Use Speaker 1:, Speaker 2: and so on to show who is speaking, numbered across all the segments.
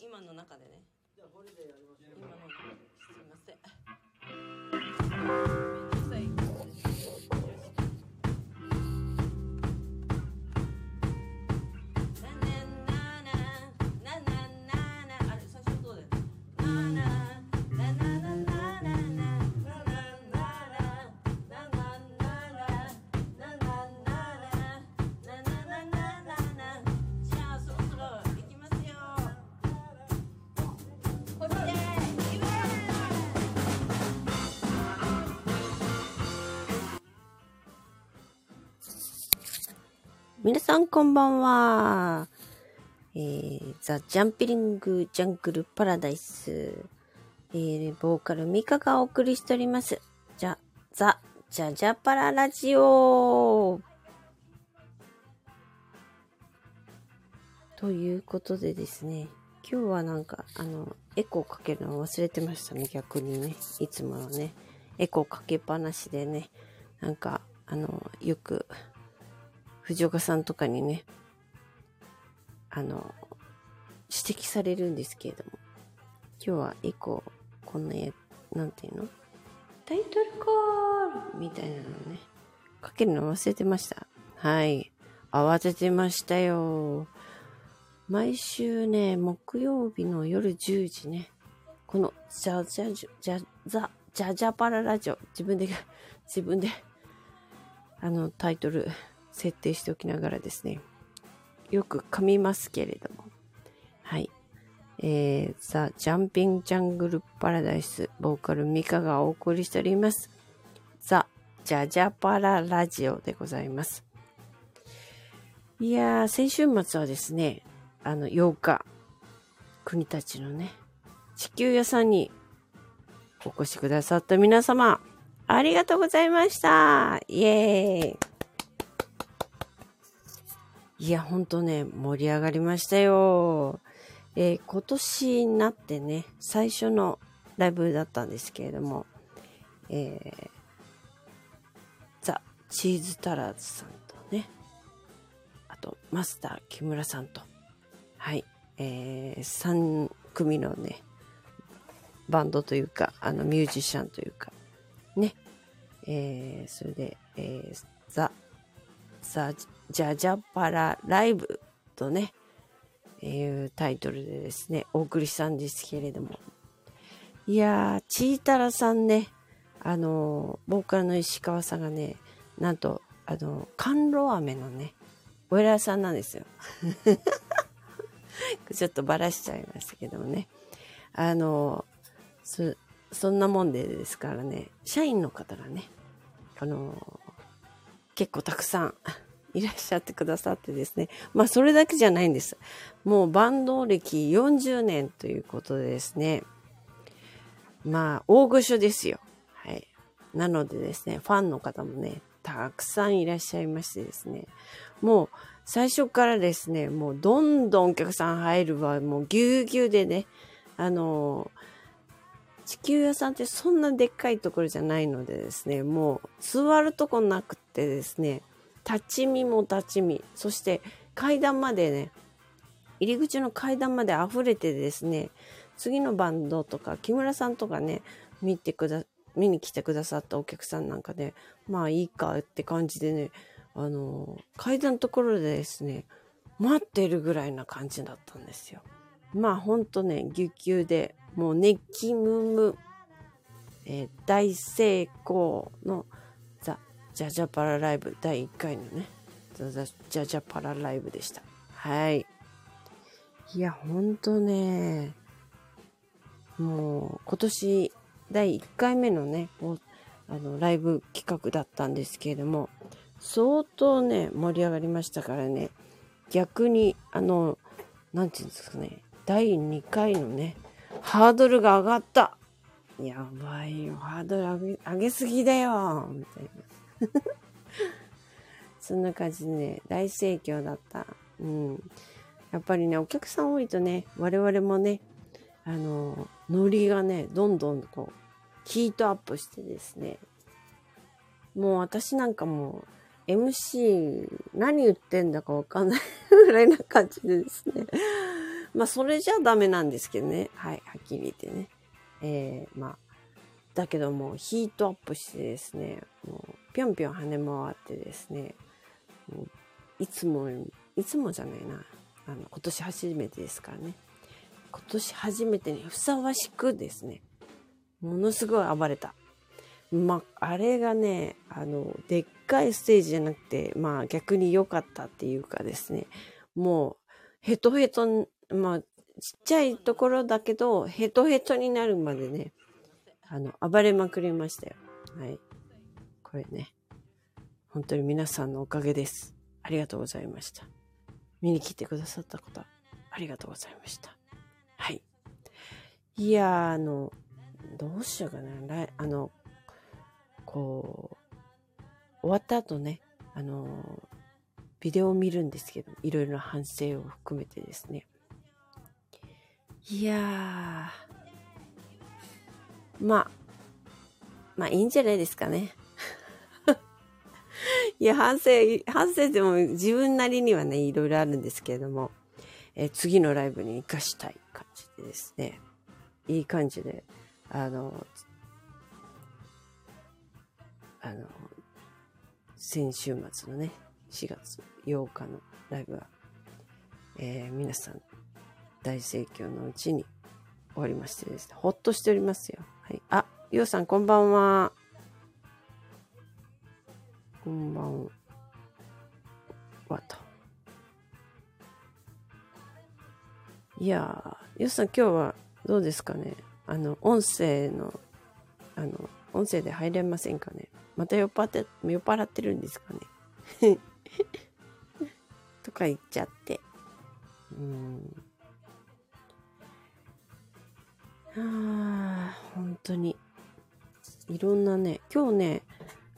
Speaker 1: 今の中でね
Speaker 2: じゃあこれでやりましょう
Speaker 1: 今の中ですいませんめんどくさいことですななななななななあれ最初どうだよななななななななななななななななななななななななななじゃあそろそろ行きますよこっちでイエーイ皆さんこんばんは。えー、ザ・ジャンピリング・ジャングル・パラダイス。えー、ボーカルミカがお送りしております。じゃ、ザ・ジャジャパララジオ。ということでですね、今日はなんか、あの、エコーかけるの忘れてましたね、逆にね。いつものね、エコーかけっぱなしでね、なんか、あの、よく、藤岡さんとかにね、あの、指摘されるんですけれども、今日は以降、こんなや、なんていうのタイトルコールみたいなのね、かけるの忘れてました。はい。慌ててましたよ。毎週ね、木曜日の夜10時ね、この、ジャジャジャ、ジャ、ザ、ジャジャパララジオ、自分で、 自分で、あの、タイトル、設定しておきながらですね、よく噛みますけれども、はい。えー、ザ・ジャンピング・ジャングル・パラダイス、ボーカル・ミカがお送りしております。ザ・ジャジャパララジオでございます。いやー、先週末はですね、あの、8日、国たちのね、地球屋さんにお越しくださった皆様、ありがとうございましたイエーイいや、ほんとね、盛り上がりましたよ。えー今年になってね、最初のライブだったんですけれども、えー、ザ・チーズタラーズさんとね、あと、マスター木村さんと、はい、えー、3組のね、バンドというか、あの、ミュージシャンというか、ね、えー、それで、えー、ザ・ザ・ジャジャパラライブとね、いうタイトルでですね、お送りしたんですけれども。いやー、ちーたらさんね、あのー、ボーカルの石川さんがね、なんと、あのー、甘露飴のね、お偉いさんなんですよ。ちょっとバラしちゃいましたけどもね。あのー、そ、そんなもんでですからね、社員の方がね、あのー、結構たくさん いらっしゃってくださってですね。まあそれだけじゃないんです。もうバンド歴40年ということでですね。まあ大御所ですよ。はい。なのでですね、ファンの方もね、たくさんいらっしゃいましてですね。もう最初からですね、もうどんどんお客さん入る場合、もうぎゅうぎゅうでね、あの地球屋さんってそんなでっかいところじゃないのでですね、もう座るとこなくってですね、立ち見も立ち見、そして階段までね、入り口の階段まで溢れてですね、次のバンドとか、木村さんとかね、見てくだ、見に来てくださったお客さんなんかで、まあいいかって感じでね、あの、階段のところでですね、待ってるぐらいな感じだったんですよ。まあほんとね、ぎゅうぎゅうで、もう熱気ムンムン、えー大成功のザ・ジャジャパラライブ第1回のね、ザ・ザジャジャパラライブでした。はい。いや、ほんとね、もう今年第1回目のね、おあのライブ企画だったんですけれども、相当ね、盛り上がりましたからね、逆に、あの、なんていうんですかね、第2回のね、ハードルが上がったやばいよ、ハードル上げ上げすぎだよみたいな。 そんな感じでね、大盛況だった。うん。やっぱりね、お客さん多いとね、我々もね、あの、ノリがね、どんどんこう、ヒートアップしてですね、もう私なんかもう、MC 何言ってんだかわかんないぐらいな感じでですね、 まあ、それじゃダメなんですけどね。はい、はっきり言ってね。えー、まあ、だけどもうヒートアップしてですね、もうぴょんぴょん跳ね回ってですね、もういつも、いつもじゃないな。あの、今年初めてですからね。今年初めてにふさわしくですね、ものすごい暴れた。まあ、あれがね、あの、でっかいステージじゃなくて、まあ逆に良かったっていうかですね、もうヘトヘトに、まあちっちゃいところだけど、ヘトヘトになるまでね、あの、暴れまくりましたよ。はい。これね、本当に皆さんのおかげです。ありがとうございました。見に来てくださった方、ありがとうございました。はい。いやー、あの、どうしようかな。来あの、こう、終わった後ね、あの、ビデオを見るんですけど、いろいろな反省を含めてですね。いやー、まあ、まあいいんじゃないですかね。 いや、反省、反省でも自分なりにはね、いろいろあるんですけれども、えー次のライブに活かしたい感じでですね、いい感じで、あの、あの、先週末のね、4月8日のライブは、えー皆さん大盛況のうちに終わりましてですね、ほっとしておりますよ。はい。あ、ゆうさんこんばんは。こんばんはと。いやー、ゆうさん今日はどうですかねあの、音声の、あの、音声で入れませんかねまた酔っ払って、酔っ払ってるんですかね とか言っちゃって。うーん。あー本当に。いろんなね、今日ね、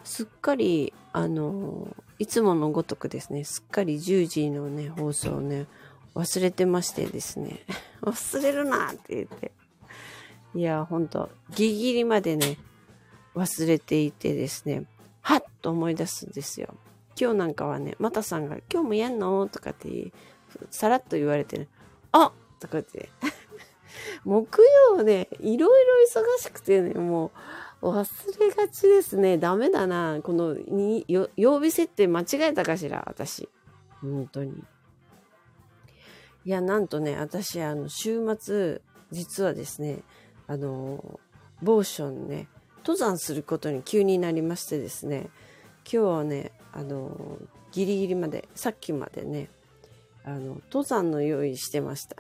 Speaker 1: すっかり、あのーいつものごとくですね、すっかり10時のね、放送をね、忘れてましてですね、 忘れるなって言って。いや、ほんと、ギリギリまでね、忘れていてですね、はっと思い出すんですよ。今日なんかはね、またさんが、今日もやんのとかって言い、さらっと言われてね、あとかって、 木曜ね、いろいろ忙しくてね、もう、忘れがちですね。ダメだな。このに、よ曜日設定間違えたかしら、私。本当に。いや、なんとね、私、あの、週末、実はですね、あの、ボーションね、登山することに急になりましてですね、今日はね、あの、ギリギリまで、さっきまでね、あの、登山の用意してました。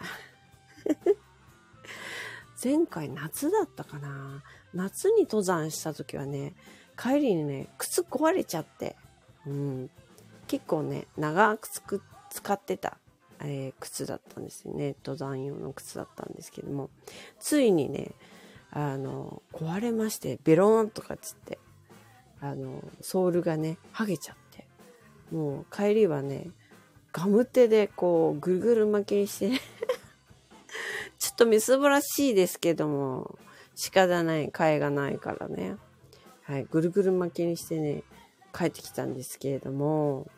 Speaker 1: 前回夏だったかな夏に登山した時はね帰りにね靴壊れちゃって、うん、結構ね長くつく使ってた、えー靴だったんですよね登山用の靴だったんですけどもついにねあの壊れましてベローンとかっつってあのソールがね剥げちゃってもう帰りはねガム手でこうぐるぐる巻きにしてね ちょっとみすぼらしいですけども、仕方ない、替えがないからね。はい、ぐるぐる巻きにしてね、帰ってきたんですけれども、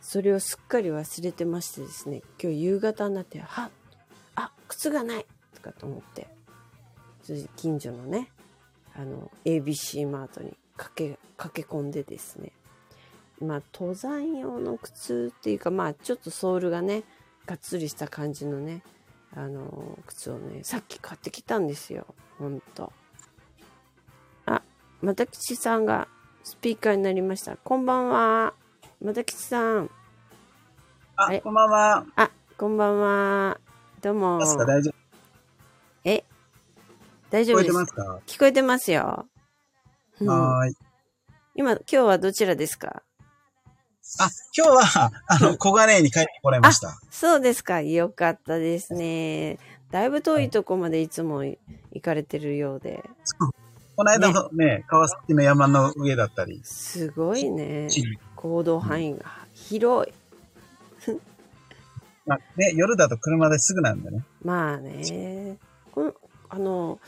Speaker 1: それをすっかり忘れてましてですね、今日夕方になって、はっあ、靴がないとかと思って、それで近所のね、あの、ABC マートに駆け、駆け込んでですね、まあ、登山用の靴っていうか、まあ、ちょっとソールがね、がっつりした感じのね、あの、靴をね、さっき買ってきたんですよ。ほんと。あ、またきちさんがスピーカーになりました。こんばんは。またきちさん。は
Speaker 2: あ、
Speaker 1: い
Speaker 2: こんばんは。
Speaker 1: あ、こんばんは。どうも
Speaker 2: マ。スカ大丈
Speaker 1: え、大丈
Speaker 2: 夫聞
Speaker 1: 夫
Speaker 2: こえ
Speaker 1: で
Speaker 2: て
Speaker 1: す。
Speaker 2: ますか、
Speaker 1: 聞こえてますよ。うん
Speaker 2: はーい。
Speaker 1: 今、今日はどちらですか
Speaker 2: あ、今日は、あの、小金井に帰ってこられました。
Speaker 1: そうですか。よかったですね。だいぶ遠いとこまでいつも行かれてるようで。
Speaker 2: この間のね、川崎の山の上だったり。
Speaker 1: すごいね。
Speaker 2: 地理
Speaker 1: 行動範囲が広い。
Speaker 2: まあね、夜だと車ですぐなんでね。
Speaker 1: まあね。このあの、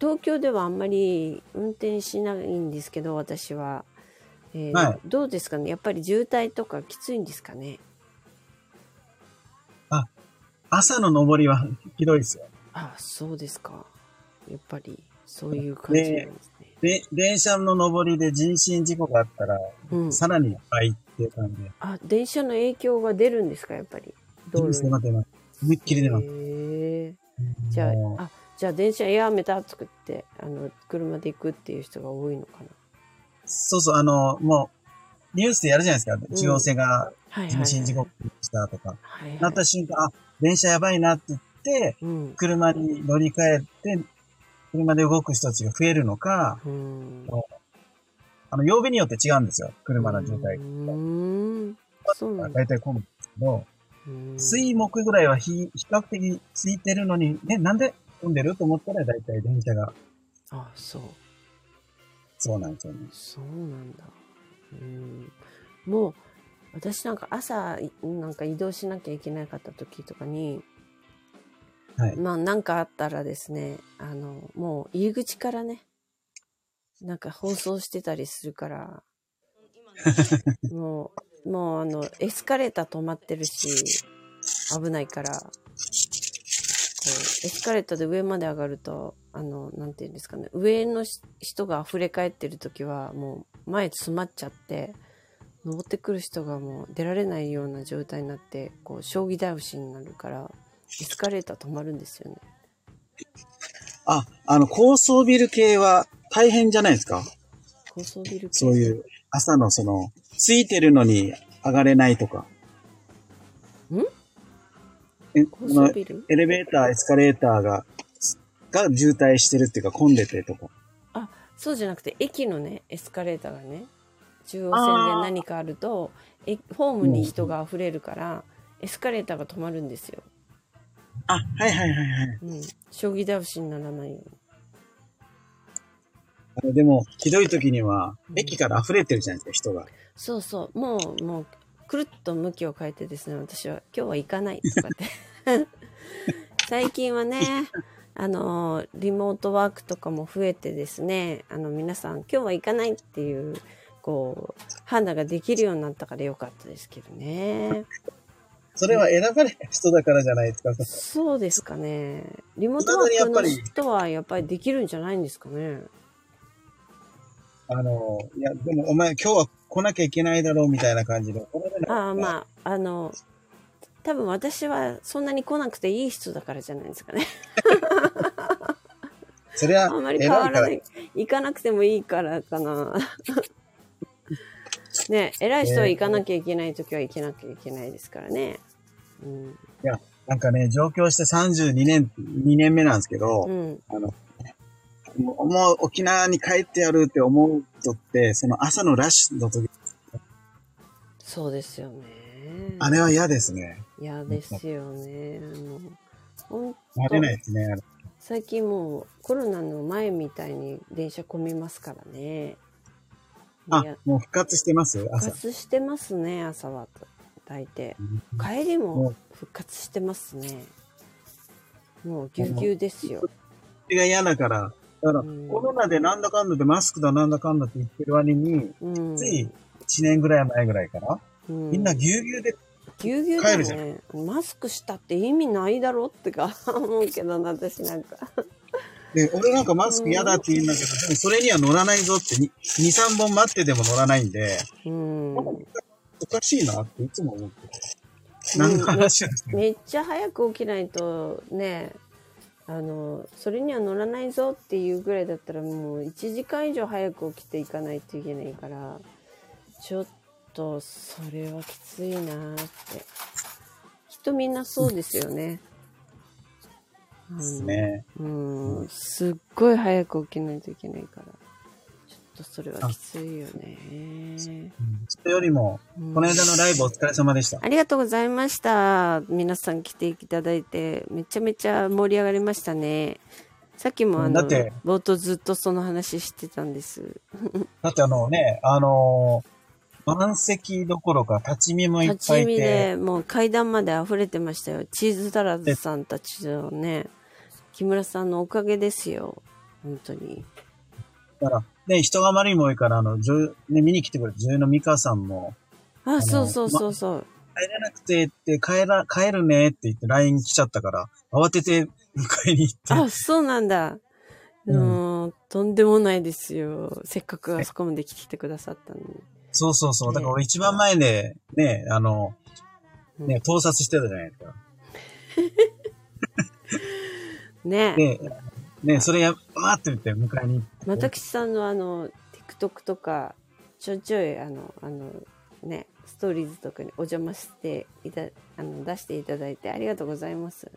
Speaker 1: 東京ではあんまり運転しないんですけど、私は。えー
Speaker 2: はい
Speaker 1: どうですかねやっぱり渋滞とかきついんですかね
Speaker 2: 朝の登りは ひどいですよ。
Speaker 1: あ、そうですか。やっぱり、そういう感じなんですね。
Speaker 2: で、電車の上りで人身事故があったら、
Speaker 1: うん。
Speaker 2: さらに倍っていう感じで。
Speaker 1: あ、電車の影響が出るんですか、やっぱり。道路
Speaker 2: 出
Speaker 1: に。
Speaker 2: ます出ます。思いっきり出ます。
Speaker 1: へえじゃ
Speaker 2: もう
Speaker 1: あ、あ、じゃあ電車やめた作って、あの、車で行くっていう人が多いのかな。
Speaker 2: そうそう、あの、もう、ニュースでやるじゃないですか。中央線が
Speaker 1: はいはい、
Speaker 2: 人
Speaker 1: はい。
Speaker 2: 身事故したとか。
Speaker 1: はい、はい。
Speaker 2: なった瞬間、あ、電車やばいなって言って、
Speaker 1: うん。
Speaker 2: 車に乗り換えて、車で動く人たちが増えるのか、
Speaker 1: うん。
Speaker 2: あの、曜日によって違うんですよ。車の状態
Speaker 1: う。ーん。そうなんだ。
Speaker 2: 大体混むんですけど、
Speaker 1: うん
Speaker 2: 水木ぐらいはひ比較的空いてるのに、ね、なんで混んでると思ったら大体電車が、
Speaker 1: あ、そう。
Speaker 2: そうなんですよね。
Speaker 1: そうなんだ。うん。もう、私なんか朝、いなんか移動しなきゃいけなかった時とかに、
Speaker 2: はい
Speaker 1: まあなんかあったらですね、あの、もう入り口からね、なんか放送してたりする から、もう、もうあの、エスカレーター止まってるし、危ないから、こう、エスカレーターで上まで上がると、あの、なんていうんですかね、上のし人が溢れ返ってる時は、もう前詰まっちゃって、登ってくる人がもう出られないような状態になって、こう、将棋倒しになるから、エスカレーター止まるんですよね。
Speaker 2: あ、あの、高層ビル系は大変じゃないですか
Speaker 1: 高層ビル系
Speaker 2: そういう、朝のその、ついてるのに上がれないとか。
Speaker 1: ん
Speaker 2: えこ
Speaker 1: 高
Speaker 2: の
Speaker 1: 層ビル
Speaker 2: エレベーター、エスカレーターが、が渋滞してるっていうか混んでてとか。
Speaker 1: そうじゃなくて、駅のね、エスカレーターがね、中央線で何かあると、えホームに人が溢れるから、エスカレーターが止まるんですよ。
Speaker 2: あ、はいはいはいはい。
Speaker 1: うん。将棋倒しにならないように。
Speaker 2: あのでも、ひどい時には
Speaker 1: う、ん
Speaker 2: 駅から溢れてるじゃないですか、人が。
Speaker 1: そうそう、もう、もう、くるっと向きを変えてですね、私は今日は行かないとかって。最近はね、あの、リモートワークとかも増えてですね、あの、皆さん今日は行かないっていう、こう、判断ができるようになったから良かったですけどね。
Speaker 2: それは選ばれた人だからじゃないですか。
Speaker 1: そうですかね。リモートワークの人はやっぱりできるんじゃないんですかね。
Speaker 2: あの、いや、でもお前今日は来なきゃいけないだろうみたいな感じで。怒られない
Speaker 1: ああ、まあ、あの、多分私はそんなに来なくていい人だからじゃないですかね。
Speaker 2: それは、
Speaker 1: あんまり
Speaker 2: 偉い
Speaker 1: 変
Speaker 2: か
Speaker 1: わら
Speaker 2: ら
Speaker 1: な。い。行かなくてもいいからかな。 ね偉い人は行かなきゃいけないときは行けなきゃいけないですからね。うん。
Speaker 2: なんかね、上京して32年、2年目なんですけど、
Speaker 1: うん。
Speaker 2: あの、もうもう沖縄に帰ってやるって思うとって、その朝のラッシュの時、
Speaker 1: そうですよね。
Speaker 2: あれは嫌ですね。
Speaker 1: 嫌ですよね。もうほん
Speaker 2: 慣れないですね。
Speaker 1: 最近もうコロナの前みたいに電車混みますからね。
Speaker 2: あ
Speaker 1: いや、、
Speaker 2: もう復活してます
Speaker 1: 復
Speaker 2: 朝。
Speaker 1: 活してますね、朝は。大抵。
Speaker 2: うん
Speaker 1: 帰り
Speaker 2: も
Speaker 1: も
Speaker 2: う
Speaker 1: 復活してますね。もうぎゅうぎゅうですよ。
Speaker 2: それが嫌だから、だから
Speaker 1: うん
Speaker 2: コロナでなんだかんだでマスクだなんだかんだって言ってる割に、
Speaker 1: うん。
Speaker 2: つい1年ぐらい前ぐらいから、
Speaker 1: うん、
Speaker 2: みんなぎゅうぎゅうで、
Speaker 1: ぎゅうぎゅう
Speaker 2: 帰
Speaker 1: だ
Speaker 2: るじゃん
Speaker 1: ね。マスクしたって意味ないだろってか 思うけどな、私なんか。
Speaker 2: で、俺なんかマスク嫌だって言うんだけど、でもそれには乗らないぞって、2、3本待ってでも乗らないんで、
Speaker 1: うん。
Speaker 2: おかしいなっていつも思ってる。何の話なんですか
Speaker 1: めっちゃ早く起きないとねあのそれには乗らないぞっていうぐらいだったらもう1時間以上早く起きていかないといけないからちょっとそれはきついなーって人みんなそうですよね。
Speaker 2: ですね。
Speaker 1: うん、うんすっごい早く起きないといけないからちょっとそれはきついよね。
Speaker 2: それよりも、
Speaker 1: うん
Speaker 2: この間のライブお疲れ様でした。
Speaker 1: ありがとうございました。皆さん来ていただいて、めちゃめちゃ盛り上がりましたね。さっきもあ
Speaker 2: だ
Speaker 1: の、
Speaker 2: って
Speaker 1: 冒頭ずっとその話してたんです。
Speaker 2: だってあのね、あのー満席どころか立ち見もいっ
Speaker 1: 立
Speaker 2: ぱ
Speaker 1: ち
Speaker 2: いい
Speaker 1: 見
Speaker 2: て、
Speaker 1: でもう階段まで溢れてましたよ。チーズタラズさんたちのね、木村さんのおかげですよ。本当に。
Speaker 2: だから、ね、人があまりにも多いから、あの、女優ね、見に来てくれた女優のミカさんも、
Speaker 1: あ、そうそうそうそう。
Speaker 2: 帰れなくてって、帰ら、帰るねって言って LINE 来ちゃったから、慌てて迎えに行って。
Speaker 1: あ、そうなんだ。
Speaker 2: うん
Speaker 1: うん、とんでもないですよ。せっかくあそこまで来てくださったのに。
Speaker 2: そうそうそう。だから俺一番前で、ね、あの、
Speaker 1: うん
Speaker 2: ね、盗撮してたじゃないですか。
Speaker 1: ねえ。
Speaker 2: で、ね、それや、わーって言って迎えに行って。
Speaker 1: 私さんのあの、TikTok とか、ちょいちょいあの、あの、ね、ストーリーズとかにお邪魔していた、あの、出していただいてありがとうございます。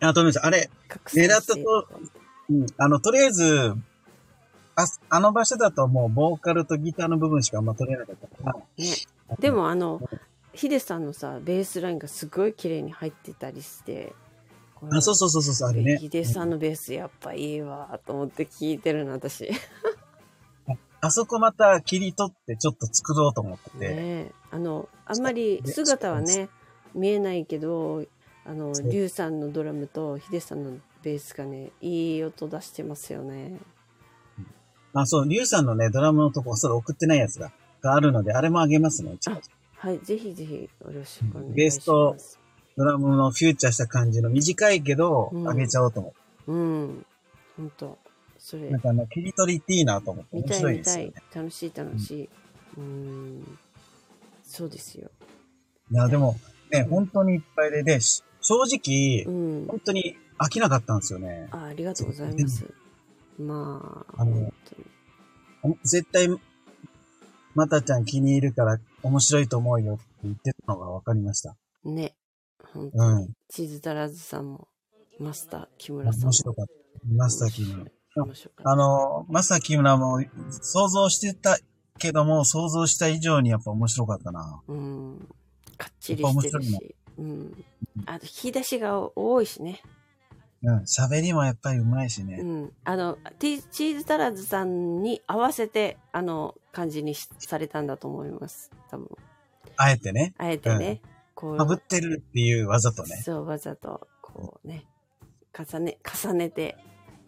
Speaker 2: あ、とめさん、あれ、
Speaker 1: 拡散していただいて
Speaker 2: うん、あの、とりあえず、あ、あの場所だともうボーカルとギターの部分しかあんま取れなかったから。
Speaker 1: ね、でもあのヒデさんのさベースラインがすごい綺麗に入ってたりしてこれ
Speaker 2: あ、そうそうそうそうそう、あれね。
Speaker 1: ヒデさんのベースやっぱいいわと思って聞いてるの私ね
Speaker 2: あそこまた切り取ってちょっと作ろうと思ってて。
Speaker 1: えあのあんまり姿はね見えないけどあの
Speaker 2: そう
Speaker 1: リュウさんのドラムとヒデさんのベースがねいい音出してますよね
Speaker 2: あ、そう、リュウさんのね、ドラムのとこ、それ送ってないやつが、があるので、あれもあげますね。ちょっと
Speaker 1: はいぜひぜひよろしくお願いします
Speaker 2: ベースとドラムのフューチャーした感じの短いけど
Speaker 1: う、ん
Speaker 2: あげちゃおうと思って。
Speaker 1: うんほんとそれ
Speaker 2: なんかあの、切り取りっていいなと思って、
Speaker 1: 見
Speaker 2: 面
Speaker 1: たい
Speaker 2: 白い
Speaker 1: 見
Speaker 2: です
Speaker 1: た
Speaker 2: よ
Speaker 1: い
Speaker 2: ね。
Speaker 1: 楽しい楽しい、うーんそうですよ
Speaker 2: いや、でも、ね、本当にいっぱいで、で、し正直
Speaker 1: う、ん
Speaker 2: 本当に飽きなかったんですよね。
Speaker 1: あありがとうございますまあ
Speaker 2: あの
Speaker 1: 本当に
Speaker 2: 絶対、またちゃん気に入るから面白いと思うよって言ってたのが分かりました。
Speaker 1: ね本当
Speaker 2: う
Speaker 1: に、
Speaker 2: ん。
Speaker 1: チーズ足らずさんもマスター木村さんも
Speaker 2: 面白かった。マスターキムラ。
Speaker 1: 面白かった
Speaker 2: あの、マスターキムラも想像してたけども、想像した以上にやっぱ面白かったな。
Speaker 1: うんかっちりしてる
Speaker 2: やっ
Speaker 1: しうんあと引き出しが多いしね
Speaker 2: うん。喋りもやっぱりうまいし
Speaker 1: う
Speaker 2: ね。
Speaker 1: んあのティチーズ足らずさんに合わせてあの感じにしされたんだと思います多分
Speaker 2: あえてね。
Speaker 1: あえてね、こう
Speaker 2: かぶってるっていうわざとね。
Speaker 1: そう、わざと、こうね、重ね、重ねて、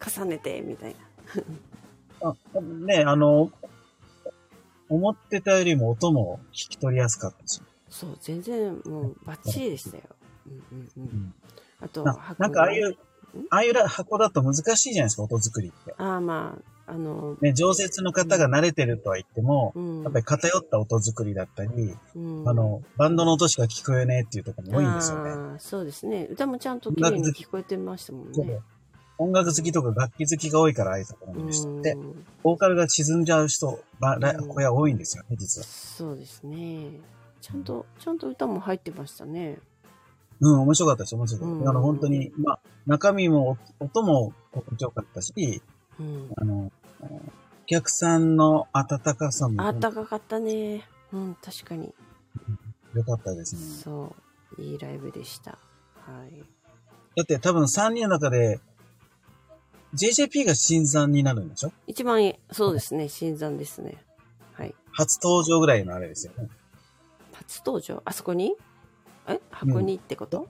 Speaker 1: 重ねて、みたいな。
Speaker 2: あね、あの、思ってたよりも音も聞き取りやすかったし。
Speaker 1: そう、全然、もう、バッチリでしたよ。うんうんうん。
Speaker 2: ん
Speaker 1: あと、
Speaker 2: ななんかああい
Speaker 1: 箱の。
Speaker 2: う、ああいうら箱だと難しいじゃないですか、音作りって。
Speaker 1: ああ、まあ、あの、
Speaker 2: ね、常設の方が慣れてるとは言っても、
Speaker 1: うん。
Speaker 2: やっぱり偏った音作りだったり、
Speaker 1: うん
Speaker 2: あ、の、バンドの音しか聞こえねえっていうところも多いんですよね。
Speaker 1: ああそうですね。歌もちゃんと綺麗に聞こえてましたもん
Speaker 2: そう
Speaker 1: ね。
Speaker 2: 音楽好きとか楽器好きが多いからああいうところ
Speaker 1: う
Speaker 2: にしてて、
Speaker 1: ん。
Speaker 2: ボーカルが沈んじゃう人、ば、ら
Speaker 1: うん
Speaker 2: 小屋多いんですよね、実は。
Speaker 1: そうですね。ちゃんと、ちゃんと歌も入ってましたね。
Speaker 2: うん、面白かったです、面白かった。
Speaker 1: うん
Speaker 2: あの、本当に、まあ、中身も音も心地よかったし、
Speaker 1: うん。
Speaker 2: あの、あのお客さんの温かさも
Speaker 1: あっ
Speaker 2: 良
Speaker 1: たかかったね。うん、確かに。
Speaker 2: かったですね。
Speaker 1: そう。いいライブでした。はい。
Speaker 2: だって多分3人の中で、JJP が新参になるんでしょ
Speaker 1: 一番いいそうですね、新参ですね。はい。
Speaker 2: 初登場ぐらいのあれですよね。
Speaker 1: 初登場、あそこにえ箱にってこと、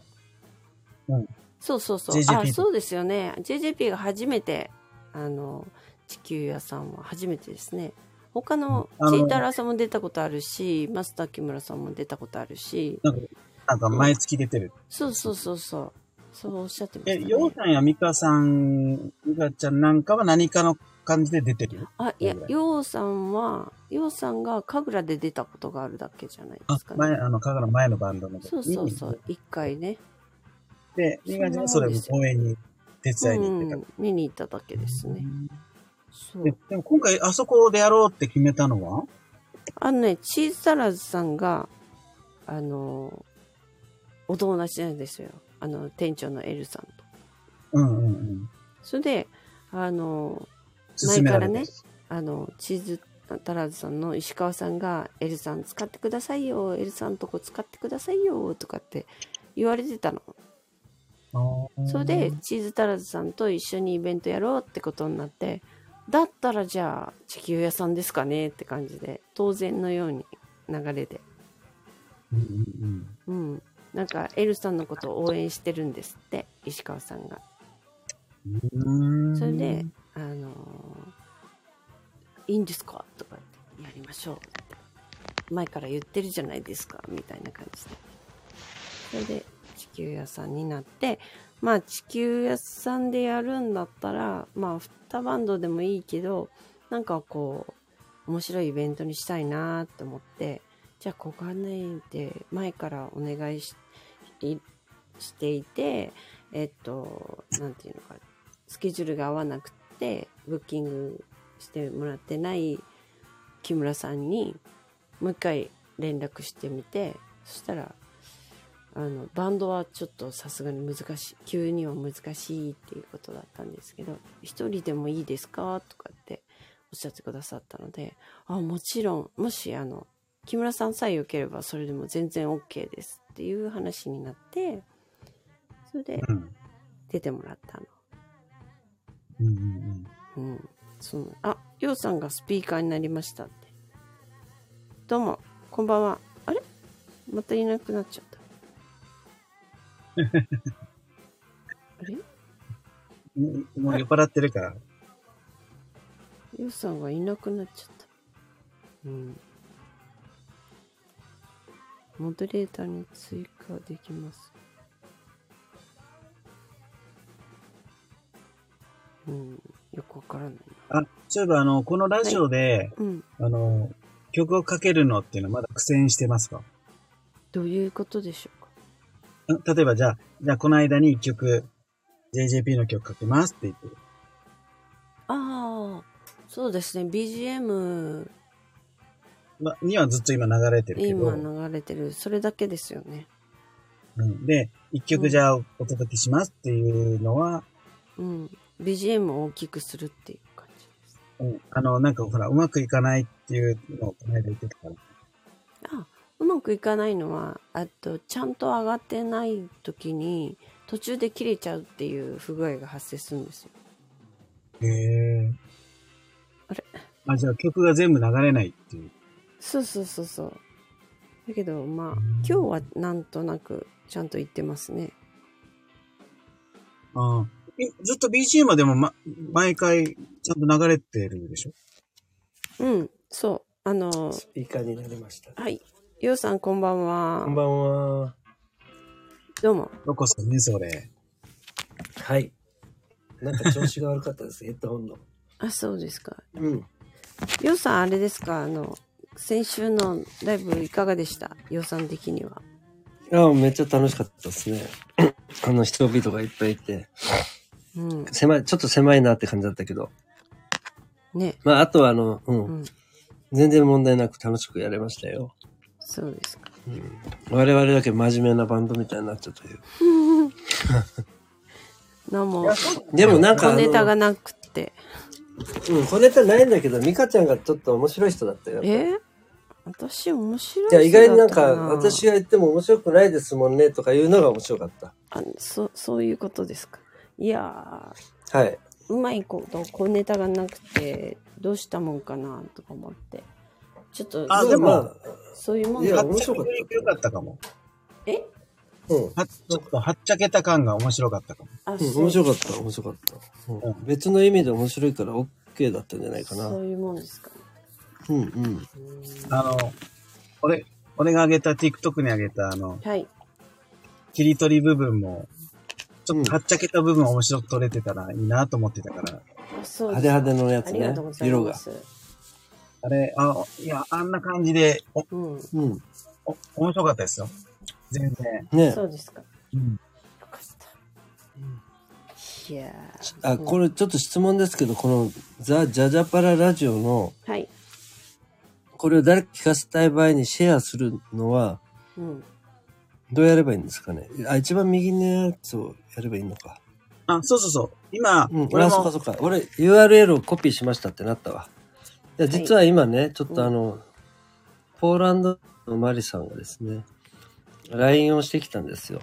Speaker 2: うん
Speaker 1: そうそうそう。
Speaker 2: JJP
Speaker 1: あ、そうですよね。JJP が初めて、あの、地球屋さんは初めてですね。他の
Speaker 2: うんあ
Speaker 1: チ
Speaker 2: の
Speaker 1: ータラーさんも出たことあるし、マスター木村さんも出たことあるし、
Speaker 2: なんか毎月出てる。
Speaker 1: そうそうそうそう。そうおっしゃってま
Speaker 2: え、
Speaker 1: した
Speaker 2: ヨウ
Speaker 1: ね。
Speaker 2: さんやミカさん、ミカちゃんなんかは何かの感じで出てるよ
Speaker 1: あ、いや、ヨウさんは、ヨウさんが神楽で出たことがあるだけじゃないで
Speaker 2: あ
Speaker 1: すか、ね。
Speaker 2: 前、あの、香川の前のバンドの時
Speaker 1: そうそうそう。一回ね。
Speaker 2: で、ミカちゃんはそれも応援に、手伝いに行ってた
Speaker 1: う。ん、見に行っただけですね。そう
Speaker 2: で。でも今回あそこでやろうって決めたのは
Speaker 1: あのね、チーズサラズさんが、あの、お友達なんですよ。あの、店長のエルさんと。
Speaker 2: うんうんうん。
Speaker 1: それで、あの、
Speaker 2: 勧められて
Speaker 1: 前かあの、チーズタラズさんの石川さんが、エルさん使ってくださいよ、エルさんとこ使ってくださいよ、とかって言われてたの。
Speaker 2: あー
Speaker 1: それで、チーズタラズさんと一緒にイベントやろうってことになって、だったらじゃあ、地球屋さんですかねって感じで、当然のように流れで。
Speaker 2: うんうんうん。
Speaker 1: うん。なんか、エルさんのことを応援してるんですって、石川さんが。
Speaker 2: うーん
Speaker 1: それで、あのーいいんですかとかって、やりましょうって。前から言ってるじゃないですか、みたいな感じで。それで、地球屋さんになって、まあ、地球屋さんでやるんだったら、まあ、2バンドでもいいけど、なんかこう、面白いイベントにしたいなーって思って、じゃあ、こがねいって、前からお願いしいしていて、えっと、なんていうのか、スケジュールが合わなくて、ブッキングしてもらってない木村さんに、もう一回連絡してみて、そしたら、あの、バンドはちょっとさすがに難しい、急には難しいっていうことだったんですけど、一人でもいいですかとかっておっしゃってくださったので、あ、もちろん、もしあの、木村さんさえ良ければそれでも全然 OK ですっていう話になって、それで
Speaker 2: うん。
Speaker 1: 出てもらったの。
Speaker 2: うんうんうん。
Speaker 1: うん。その、あ、ようさんがスピーカーになりましたって。どうも、こんばんは。あれまたいなくなっちゃった。あれ
Speaker 2: もうもう酔っ払ってるから。
Speaker 1: ようさんがいなくなっちゃった。うん。モデレーターに追加できます。うん、よくわからないな。
Speaker 2: あ、そういえばあの、このラジオで、
Speaker 1: うん、
Speaker 2: あの、曲をかけるのっていうのはまだ苦戦してますか
Speaker 1: どういうことでしょうか。
Speaker 2: ん例えばじゃあ、じゃあこの間に一曲、JJP の曲かけますって言って。
Speaker 1: ああ、そうですね。BGM、
Speaker 2: ま、にはずっと今流れてるけど。
Speaker 1: 今流れてる、それだけですよね。
Speaker 2: うん、で、一曲じゃあお届けしますっていうのは、
Speaker 1: うん。BGM を大きくするっていう感じです。
Speaker 2: うん、あの、なんかほら、うまくいかないっていうのをこの間言ってたから。
Speaker 1: あ、うまくいかないのは、あと、ちゃんと上がってない時に、途中で切れちゃうっていう不具合が発生するんですよ。
Speaker 2: へえ。
Speaker 1: あれ
Speaker 2: あ、じゃあ曲が全部流れないっていう。
Speaker 1: そうそうそうそう。だけど、まあ、今日はなんとなく、ちゃんと言ってますね。
Speaker 2: ああ。えずっと BGM はでも、ま、毎回ちゃんと流れてるでしょ
Speaker 1: うん、そう。あの、
Speaker 3: スピーカーになりました。
Speaker 1: はい。ようさん、こんばんは。
Speaker 3: こんばんは。
Speaker 1: どうも。
Speaker 2: ロコさんね、それ。
Speaker 3: はい。なんか調子が悪かったです、ヘッドホンの。
Speaker 1: あ、そうですか。
Speaker 3: うん。
Speaker 1: ようさん、あれですかあの、先週のライブいかがでしたようさん的には。
Speaker 3: ああ、めっちゃ楽しかったです ね。あの人々がいっぱいいて、
Speaker 1: うん。
Speaker 3: 狭い、ちょっと狭いなって感じだったけど、
Speaker 1: ね。
Speaker 3: まあ、あとはあの、うん、
Speaker 1: うん。
Speaker 3: 全然問題なく楽しくやれましたよ。
Speaker 1: そうです か。
Speaker 3: うん、我々だけ真面目なバンドみたいになっちゃったけど。
Speaker 1: なんも、
Speaker 3: でもなんかあ
Speaker 1: 小
Speaker 3: の、
Speaker 1: ネタがなくて。
Speaker 3: うん、小ネタないんだけど、ミカちゃんがちょっと面白い人だったよ。
Speaker 1: え私、面白い
Speaker 3: いや、意外に
Speaker 1: 人だっ
Speaker 3: なん
Speaker 1: た
Speaker 3: か、私が言っても面白くないですもんね、とか言うのが面白かった。
Speaker 1: あそ、そういうことですか。いや
Speaker 3: はい。
Speaker 1: ー、うまいこと、小ネタがなくて、どうしたもんかな、とか思って。ちょっと、
Speaker 2: あ
Speaker 1: そう
Speaker 2: でも
Speaker 3: まあ
Speaker 1: そういうもん
Speaker 3: い
Speaker 1: だ
Speaker 3: や
Speaker 2: は
Speaker 3: 面白かっ
Speaker 2: っ
Speaker 3: た
Speaker 2: ちゃけたかも。
Speaker 1: え
Speaker 3: うん。
Speaker 2: はちょっとはっちゃけた感が面白かったかも。
Speaker 1: あ、
Speaker 3: うん、面白かった、面白かった。うん
Speaker 2: うん
Speaker 3: 別の意味で面白いから OK だったんじゃないかな。
Speaker 1: そうういうもんですか、ね。
Speaker 3: んうん。
Speaker 1: うん
Speaker 2: あの、俺、俺が上げた TikTok に上げたあの、
Speaker 1: はい。
Speaker 2: 切り取り部分も、ちょっ
Speaker 3: うん
Speaker 2: とはっちゃけた部分面白く撮れてたらいいなと思ってたから、
Speaker 1: あそうです
Speaker 3: 派手派手のや
Speaker 1: あ
Speaker 3: つ
Speaker 1: りが
Speaker 3: ね
Speaker 1: とうご。ざい
Speaker 3: 色
Speaker 1: ま
Speaker 3: が。
Speaker 1: す。
Speaker 2: あれ、あ、いや、あんな感じで、お、
Speaker 1: うん。
Speaker 3: うん。
Speaker 2: お、面白かったですよ。全然。
Speaker 3: ね
Speaker 1: そうですか。よ
Speaker 2: うん。
Speaker 1: かった。いやー
Speaker 3: あ、こ。れちょっと質問ですけど、このザ・ジャジャパララジオの、
Speaker 1: はい。
Speaker 3: これを誰か聞かせたい場合にシェアするのは、
Speaker 1: うん。
Speaker 3: どうやればいいんですかねあ、一番右のやつをやればいいのか。
Speaker 2: あ、そうそうそう。今、
Speaker 3: うん、
Speaker 2: 俺
Speaker 3: あ、そうか
Speaker 2: も、
Speaker 3: そうか。俺、URL をコピーしましたってなったわ。いや、実は今ね、ちょっとあの、ポーランドのマリさんがですね、LINE をしてきたんですよ。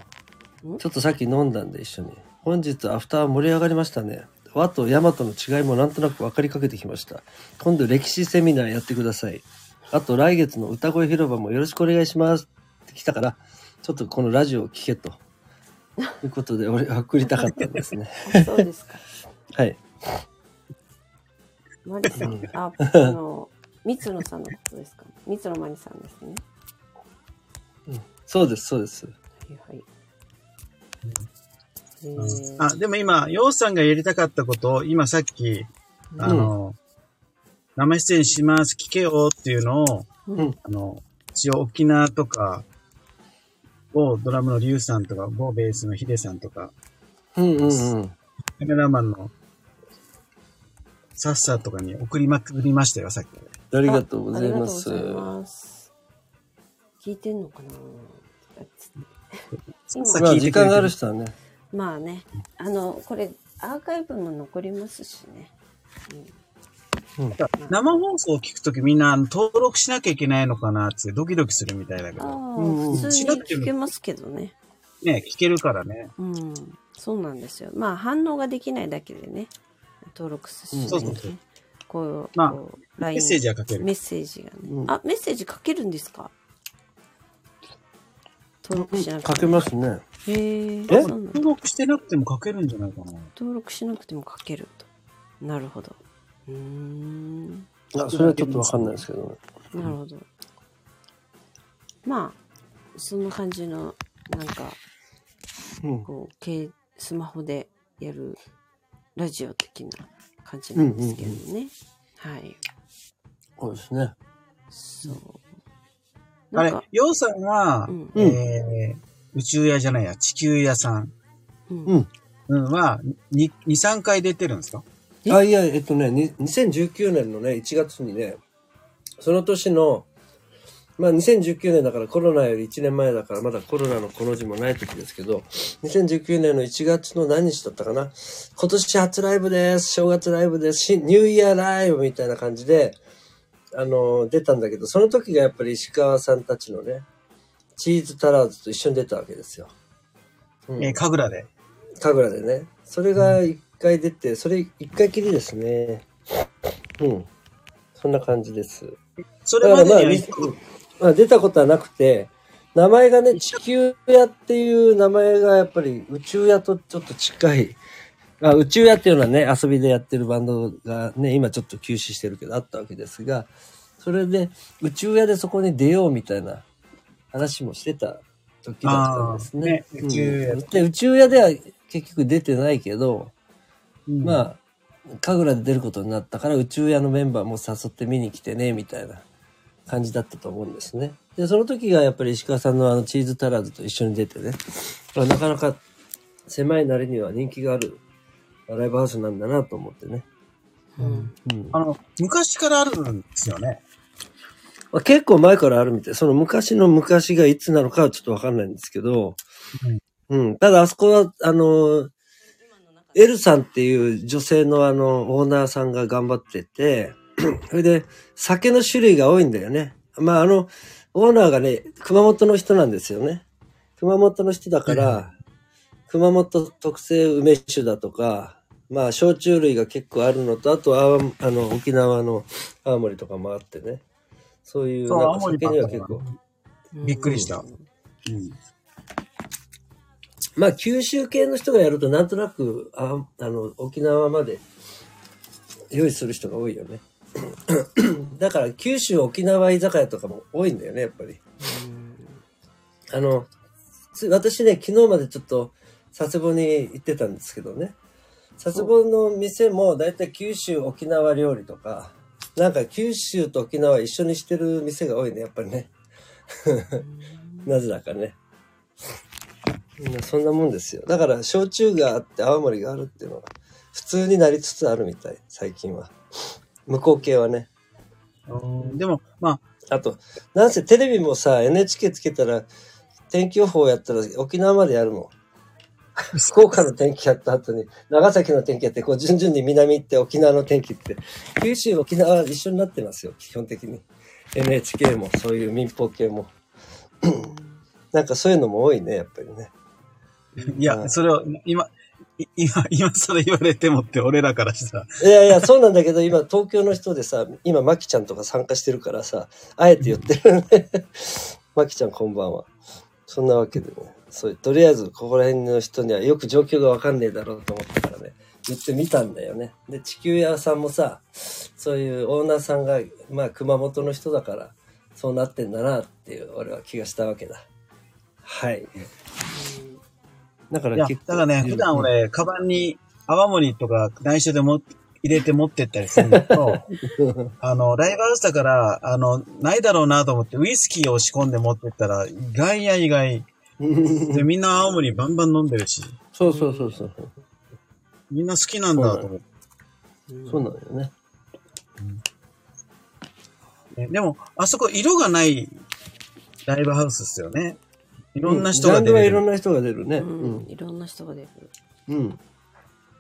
Speaker 1: ん
Speaker 3: ちょっとさっき飲んだんで一緒に。本日アフター盛り上がりましたね。和とヤマトの違いもなんとなく分かりかけてきました。今度歴史セミナーやってください。あと来月の歌声広場もよろしくお願いしますって来たから、ちょっとこのラジオを聞けと。いうことで、俺、送りたかったんですね。
Speaker 1: あそう ですか。
Speaker 3: はい。
Speaker 1: マリさん、あ、あの、三野さんのことですか三野真理さんですね。
Speaker 3: そうです、そうです。
Speaker 1: はいはい。え
Speaker 2: うん
Speaker 1: ー
Speaker 2: あ、でも今、ヨウさんがやりたかったことを、今さっき、あの、生出演します、聞けよっていうのを、
Speaker 3: うん。
Speaker 2: あの、一応沖縄とか、某ドラムのリュウさんとか、某ベースのヒデさんとか、
Speaker 3: うんうんうん。
Speaker 2: カメラマンのサッサーとかに送りまくりましたよ、さっき。
Speaker 3: ありがとうございま
Speaker 1: あ
Speaker 3: す
Speaker 1: り。がとうございます聞いてんのかなあつ今
Speaker 2: さ
Speaker 3: まあ、
Speaker 2: 聞いて
Speaker 3: 時
Speaker 2: くれて
Speaker 3: 間がある人はね。
Speaker 1: まあね、あの、これ、アーカイブも残りますしね。
Speaker 2: 生放送を聞くときみんなあの登録しなきゃいけないのかなってドキドキするみたいだけ
Speaker 1: ああ
Speaker 2: ど、、
Speaker 3: うん
Speaker 1: 普通に聞けますけどね。
Speaker 2: ね、聞けるからね。
Speaker 1: うん。そうなんですよ。まあ、反応ができないだけでね、登録するし、ね
Speaker 3: うんそう
Speaker 2: そうそう
Speaker 1: こう、
Speaker 2: まあ
Speaker 1: こう
Speaker 2: メ
Speaker 1: LINE
Speaker 2: ッセージは書ける
Speaker 1: メ。ッセージがね。
Speaker 3: うん
Speaker 1: あ、メッセージ書けるんですか登録しなく
Speaker 3: か
Speaker 1: て
Speaker 3: け
Speaker 1: も。
Speaker 3: ますね。
Speaker 1: へえ
Speaker 3: え
Speaker 1: そうなんだ
Speaker 2: 登録してなくても書けるんじゃないかな。
Speaker 1: 登録しなくても書けると。なるほど。うーん。
Speaker 3: あそれはちょっとわかんないですけどね。
Speaker 1: なるほど。まあ、そんな感じの、なんか、
Speaker 3: うん。
Speaker 1: こう、けスマホでやるラジオ的な感じなんですけどね。はい。
Speaker 3: そうですね。
Speaker 1: そう。
Speaker 2: あ
Speaker 1: な
Speaker 2: れ
Speaker 1: んか、、
Speaker 2: ヨウさんは、
Speaker 1: うん
Speaker 3: うん
Speaker 2: えー宇宙屋じゃないや、地球屋さん、
Speaker 1: うん
Speaker 3: うん
Speaker 2: うん、は、2、3回出てるんですか
Speaker 1: え
Speaker 3: あ、いや、えっとね、に2019年のね、1月にね、その年の、まあ2019年だからコロナより1年前だからまだコロナのこの字もない時ですけど、2019年の1月の何日だったかな今年初ライブです、正月ライブです、新ニューイヤーライブみたいな感じで、あの、出たんだけど、その時がやっぱり石川さんたちのね、チーズタラーズと一緒に出たわけですよ。うん
Speaker 2: えー、神楽で。
Speaker 3: 神楽でねそれが1回出て、それ1回きりですねうんそんな感じです
Speaker 2: そ
Speaker 3: そ
Speaker 2: れまでには
Speaker 3: まあ、
Speaker 2: 一
Speaker 3: うんまあ、出たことはなくて名前がね地球屋っていう名前がやっぱり宇宙屋とちょっと近いあ宇宙屋っていうのはね遊びでやってるバンドがね今ちょっと休止してるけどあったわけですがそれで宇宙屋でそこに出ようみたいな話もしてた時だったんですね。
Speaker 2: あーね宇宙屋
Speaker 3: うんで宇宙屋では結局出てないけど、
Speaker 2: うん
Speaker 3: まあ神楽で出ることになったから宇宙屋のメンバーも誘って見に来てねみたいな感じだったと思うんですね。でその時がやっぱり石川さんのあのチーズ足らずと一緒に出てねあなかなか狭いなりには人気があるライブハウスなんだなと思ってね。
Speaker 1: うん
Speaker 3: うん
Speaker 2: あの、昔からあるんですよね。
Speaker 3: まあ、結構前からあるみたい。その昔の昔がいつなのかはちょっとわかんないんですけど、うん。ただあそこは、あの、エルさんっていう女性のあの、オーナーさんが頑張ってて、 それで、酒の種類が多いんだよね。まあ、あの、オーナーがね、熊本の人なんですよね。熊本の人だから、熊本特製梅酒だとか、まあ、焼酎類が結構あるのと、あとは、あの、沖縄の青森とかもあってね。そういう、
Speaker 2: そう
Speaker 3: なんか
Speaker 2: 青森
Speaker 3: 酒
Speaker 2: ばっ
Speaker 3: に
Speaker 2: か
Speaker 3: は
Speaker 2: だ
Speaker 3: 結構。
Speaker 2: びっくりしたうん。
Speaker 3: まあ、九州系の人がやると、なんとなく、ああの、沖縄まで用意する人が多いよね。 だから、九州、沖縄居酒屋とかも多いんだよね、やっぱり。あの、つ私ね、昨日までちょっと佐世保に行ってたんですけどね。佐世保の店もだいたい九州沖縄料理とか、なんか九州と沖縄一緒にしてる店が多いね、やっぱりね。 なぜだかね。みんなそんなもんですよ。だから、焼酎があって青森があるっていうのが、普通になりつつあるみたい、最近は。向こう系はね。
Speaker 2: でも、ま
Speaker 3: あと、なんせテレビもさ、NHK つけたら、天気予報やったら沖縄までやるもん。福岡の天気やった後に、長崎の天気やって、こう、順々に南行って沖縄の天気って、九州、沖縄は一緒になってますよ、基本的に。NHK も、そういう民放系も。 なんかそういうのも多いね、やっぱりね。
Speaker 2: あ、いや、それを、今、い 今、今更言われてもって、俺らからしたら。
Speaker 3: いやいや、そうなんだけど、今、東京の人でさ、今、まきちゃんとか参加してる からさ、あえて言ってるね。まきちゃん、こんばんは。そんなわけでね。そういう、とりあえずここら辺の人にはよく状況がわかんねえだろうと思ったからね、言ってみたんだよね。で、地球屋さんもさ、そういうオーナーさんが、まあ熊本の人だから、そうなってんだなっていう、俺は気がしたわけだ。はい。だか
Speaker 2: いや、
Speaker 3: ら
Speaker 2: だ
Speaker 3: 結構
Speaker 2: からね、普段、俺、カバンに泡盛とか内緒でも入れて持ってったりするんだけど、
Speaker 3: うん
Speaker 2: あの、ライブハウスだから、あの、ないだろうなと思って、ウイスキーを仕込んで持ってったら、意外や意外。で、みんな青森バンバン飲んでるし、
Speaker 3: そうそうそうそう。
Speaker 2: みんな好きなんだと思って。
Speaker 3: そうなんだよね。
Speaker 2: ねでも、あそこ色がないライブハウスですよね。いろんな人が出て
Speaker 3: ジャンルはいろん
Speaker 2: る。
Speaker 3: な人が出るね。う
Speaker 1: うん
Speaker 3: ん。
Speaker 1: いろんな人が出る。
Speaker 3: うん。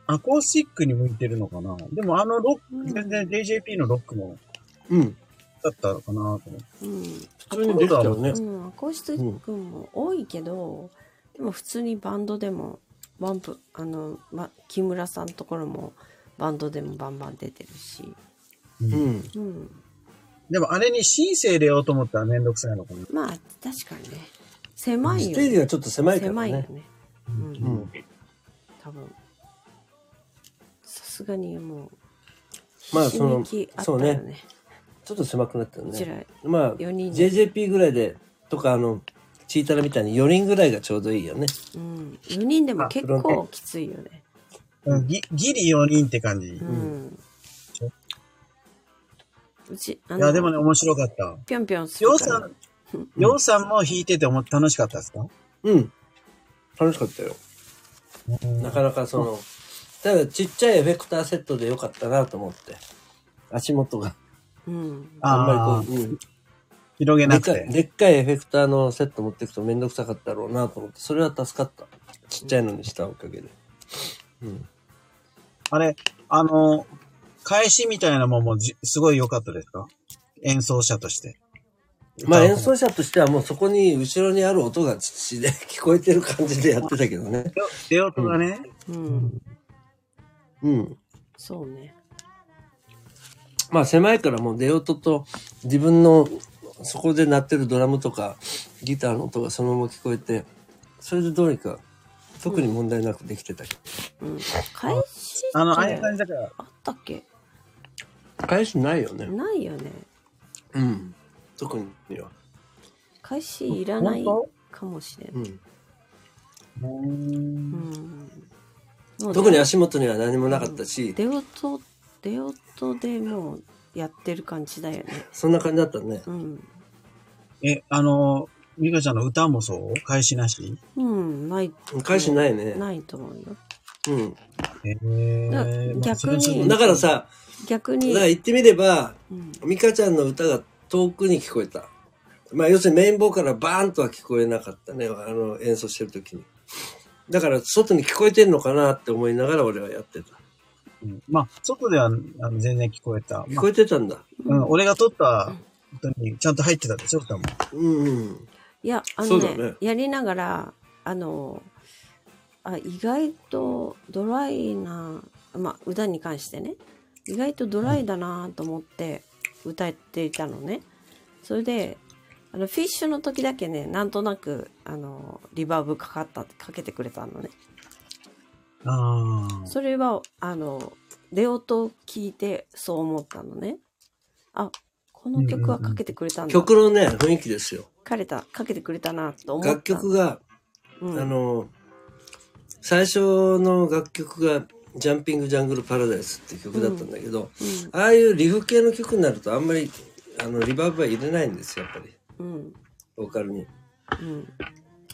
Speaker 2: アコースティックに向いてるのかなでもあのロッ
Speaker 1: う
Speaker 2: ク、
Speaker 1: ん
Speaker 2: 全然 JJP のロックも
Speaker 3: うん。
Speaker 2: だったのかなと思って。
Speaker 1: うん。
Speaker 3: 普通にできちゃうね
Speaker 1: う。ん、アコースティックも多いけど、でも普通にバンドでも、バンプ、あの、ま、木村さんのところも、バンドでもバンバン出てるし、
Speaker 2: う
Speaker 3: うん。
Speaker 1: うん。
Speaker 2: でもあれにシンセ入れようと思ったらめんどくさいのかな。
Speaker 1: まあ、確かにね。狭い
Speaker 3: ス
Speaker 1: よ
Speaker 3: テージ
Speaker 1: ね。
Speaker 3: がちょっと狭いからね。
Speaker 1: 狭いよね。うん。
Speaker 3: うん。
Speaker 1: 多分。さすがにもう、
Speaker 3: まあその
Speaker 1: 刺激あったよね。
Speaker 3: そうちょっと狭くなったよ
Speaker 1: うち
Speaker 3: ね。
Speaker 1: ら
Speaker 3: まあ、
Speaker 1: 4人で。
Speaker 3: JJP ぐらいで、とか、あの、チータラみたいに4人ぐらいがちょうどいいよね。
Speaker 1: うん。4人でも結構きついよね。
Speaker 2: うんギギリ4人って感じ。
Speaker 1: う
Speaker 2: い
Speaker 1: ん。うち、あ
Speaker 2: や、でもね、、面白かった。
Speaker 1: ぴょんぴょんす
Speaker 2: よ
Speaker 1: る
Speaker 2: う
Speaker 1: か
Speaker 2: さ
Speaker 1: ら。
Speaker 2: ん、ようさんも弾いてても楽しかったですか
Speaker 3: うん。楽しかったよ。なかなかその、ただちっちゃいエフェクターセットでよかったなと思って。足元が、
Speaker 1: うん。
Speaker 3: あん
Speaker 2: あ
Speaker 3: ま
Speaker 2: んまり
Speaker 3: りこう、うん、
Speaker 2: 広げ
Speaker 3: で
Speaker 2: な
Speaker 3: っ
Speaker 2: く
Speaker 3: かい
Speaker 2: て。
Speaker 3: でっかいエフェクターのセット持っていくとめんどくさかったろうなと思って、それは助かった。ちっちゃいのにしたおかげで。うん。
Speaker 2: あれ、あの、返しみたいなもんもじすごい良かったですか演奏者として。
Speaker 3: まあ
Speaker 2: 歌う方
Speaker 3: 演奏者としてはもうそこに後ろにある音が 土で聞こえてる感じでやってたけどね。
Speaker 2: 出よ出ようとかね、
Speaker 1: うん。
Speaker 3: うん。
Speaker 1: そうね。
Speaker 3: まあ狭いからもう出音と自分のそこで鳴ってるドラムとかギターの音がそのまま聞こえて、それでどうにか特に問題なくできてたけど。
Speaker 1: うん。返し
Speaker 2: あの、ああいう感
Speaker 1: あ
Speaker 2: じだから、
Speaker 1: ったっけ
Speaker 3: 返しないよね。
Speaker 1: ないよね。
Speaker 3: うん。特には。
Speaker 1: 返しいらないかもしれん。
Speaker 3: うん。
Speaker 2: うー
Speaker 1: うんん。もう
Speaker 3: 特に足元には何もなかったし、
Speaker 1: 出音、出音でもうやってる感じだよね。
Speaker 3: そんな感じだったね。
Speaker 1: うん。
Speaker 2: え、あの、ミカちゃんの歌もそう返しなし
Speaker 1: うん、ない。
Speaker 3: 返しないね。
Speaker 1: ないと思うよ。
Speaker 3: う
Speaker 2: へー
Speaker 1: だ
Speaker 2: まあそれはちょ
Speaker 1: 逆
Speaker 2: っと
Speaker 3: ん。
Speaker 1: に
Speaker 3: だからさ、
Speaker 1: 逆
Speaker 3: だ
Speaker 1: に
Speaker 3: か、ら言ってみれば、
Speaker 1: うん
Speaker 3: ミカちゃんの歌が遠くに聞こえた。まあ要するにメインボーカルはバーンとは聞こえなかったね。あの演奏してる時に。だから外に聞こえてんのかなって思いながら俺はやってた。
Speaker 2: うんまあ、外ではあの全然聞こえた。
Speaker 3: 聞
Speaker 2: まあ
Speaker 3: こえてたんだ。
Speaker 2: うん、俺が撮った歌にちゃんと入ってたでしょ、歌も。
Speaker 3: うんうん。
Speaker 1: いや、あ
Speaker 3: そ
Speaker 1: の
Speaker 3: うだ
Speaker 1: ね、
Speaker 3: ね
Speaker 1: やりながら、あの、あ意外とドライな、まあ、歌に関してね、意外とドライだなと思って歌っていたのね。それで、あの、フィッシュの時だけね、なんとなく、あの、リバーブかかった、かけてくれたのね。
Speaker 2: ああ。
Speaker 1: それは、あの、出音を聞いてそう思ったのね。あ、この曲はかけてくれたんだ。
Speaker 3: 曲のね、雰囲気ですよ。
Speaker 1: かれた、かけてくれたなと思った。
Speaker 3: 楽曲が、
Speaker 1: うん、
Speaker 3: あの、最初の楽曲がジャンピングジャングルパラダイスっていう曲だったんだけど、ああいうリフ系の曲になるとあんまりあのリバーブは入れないんですよ、やっぱり。
Speaker 1: うん、うん、
Speaker 3: ボーカルに。
Speaker 1: うん。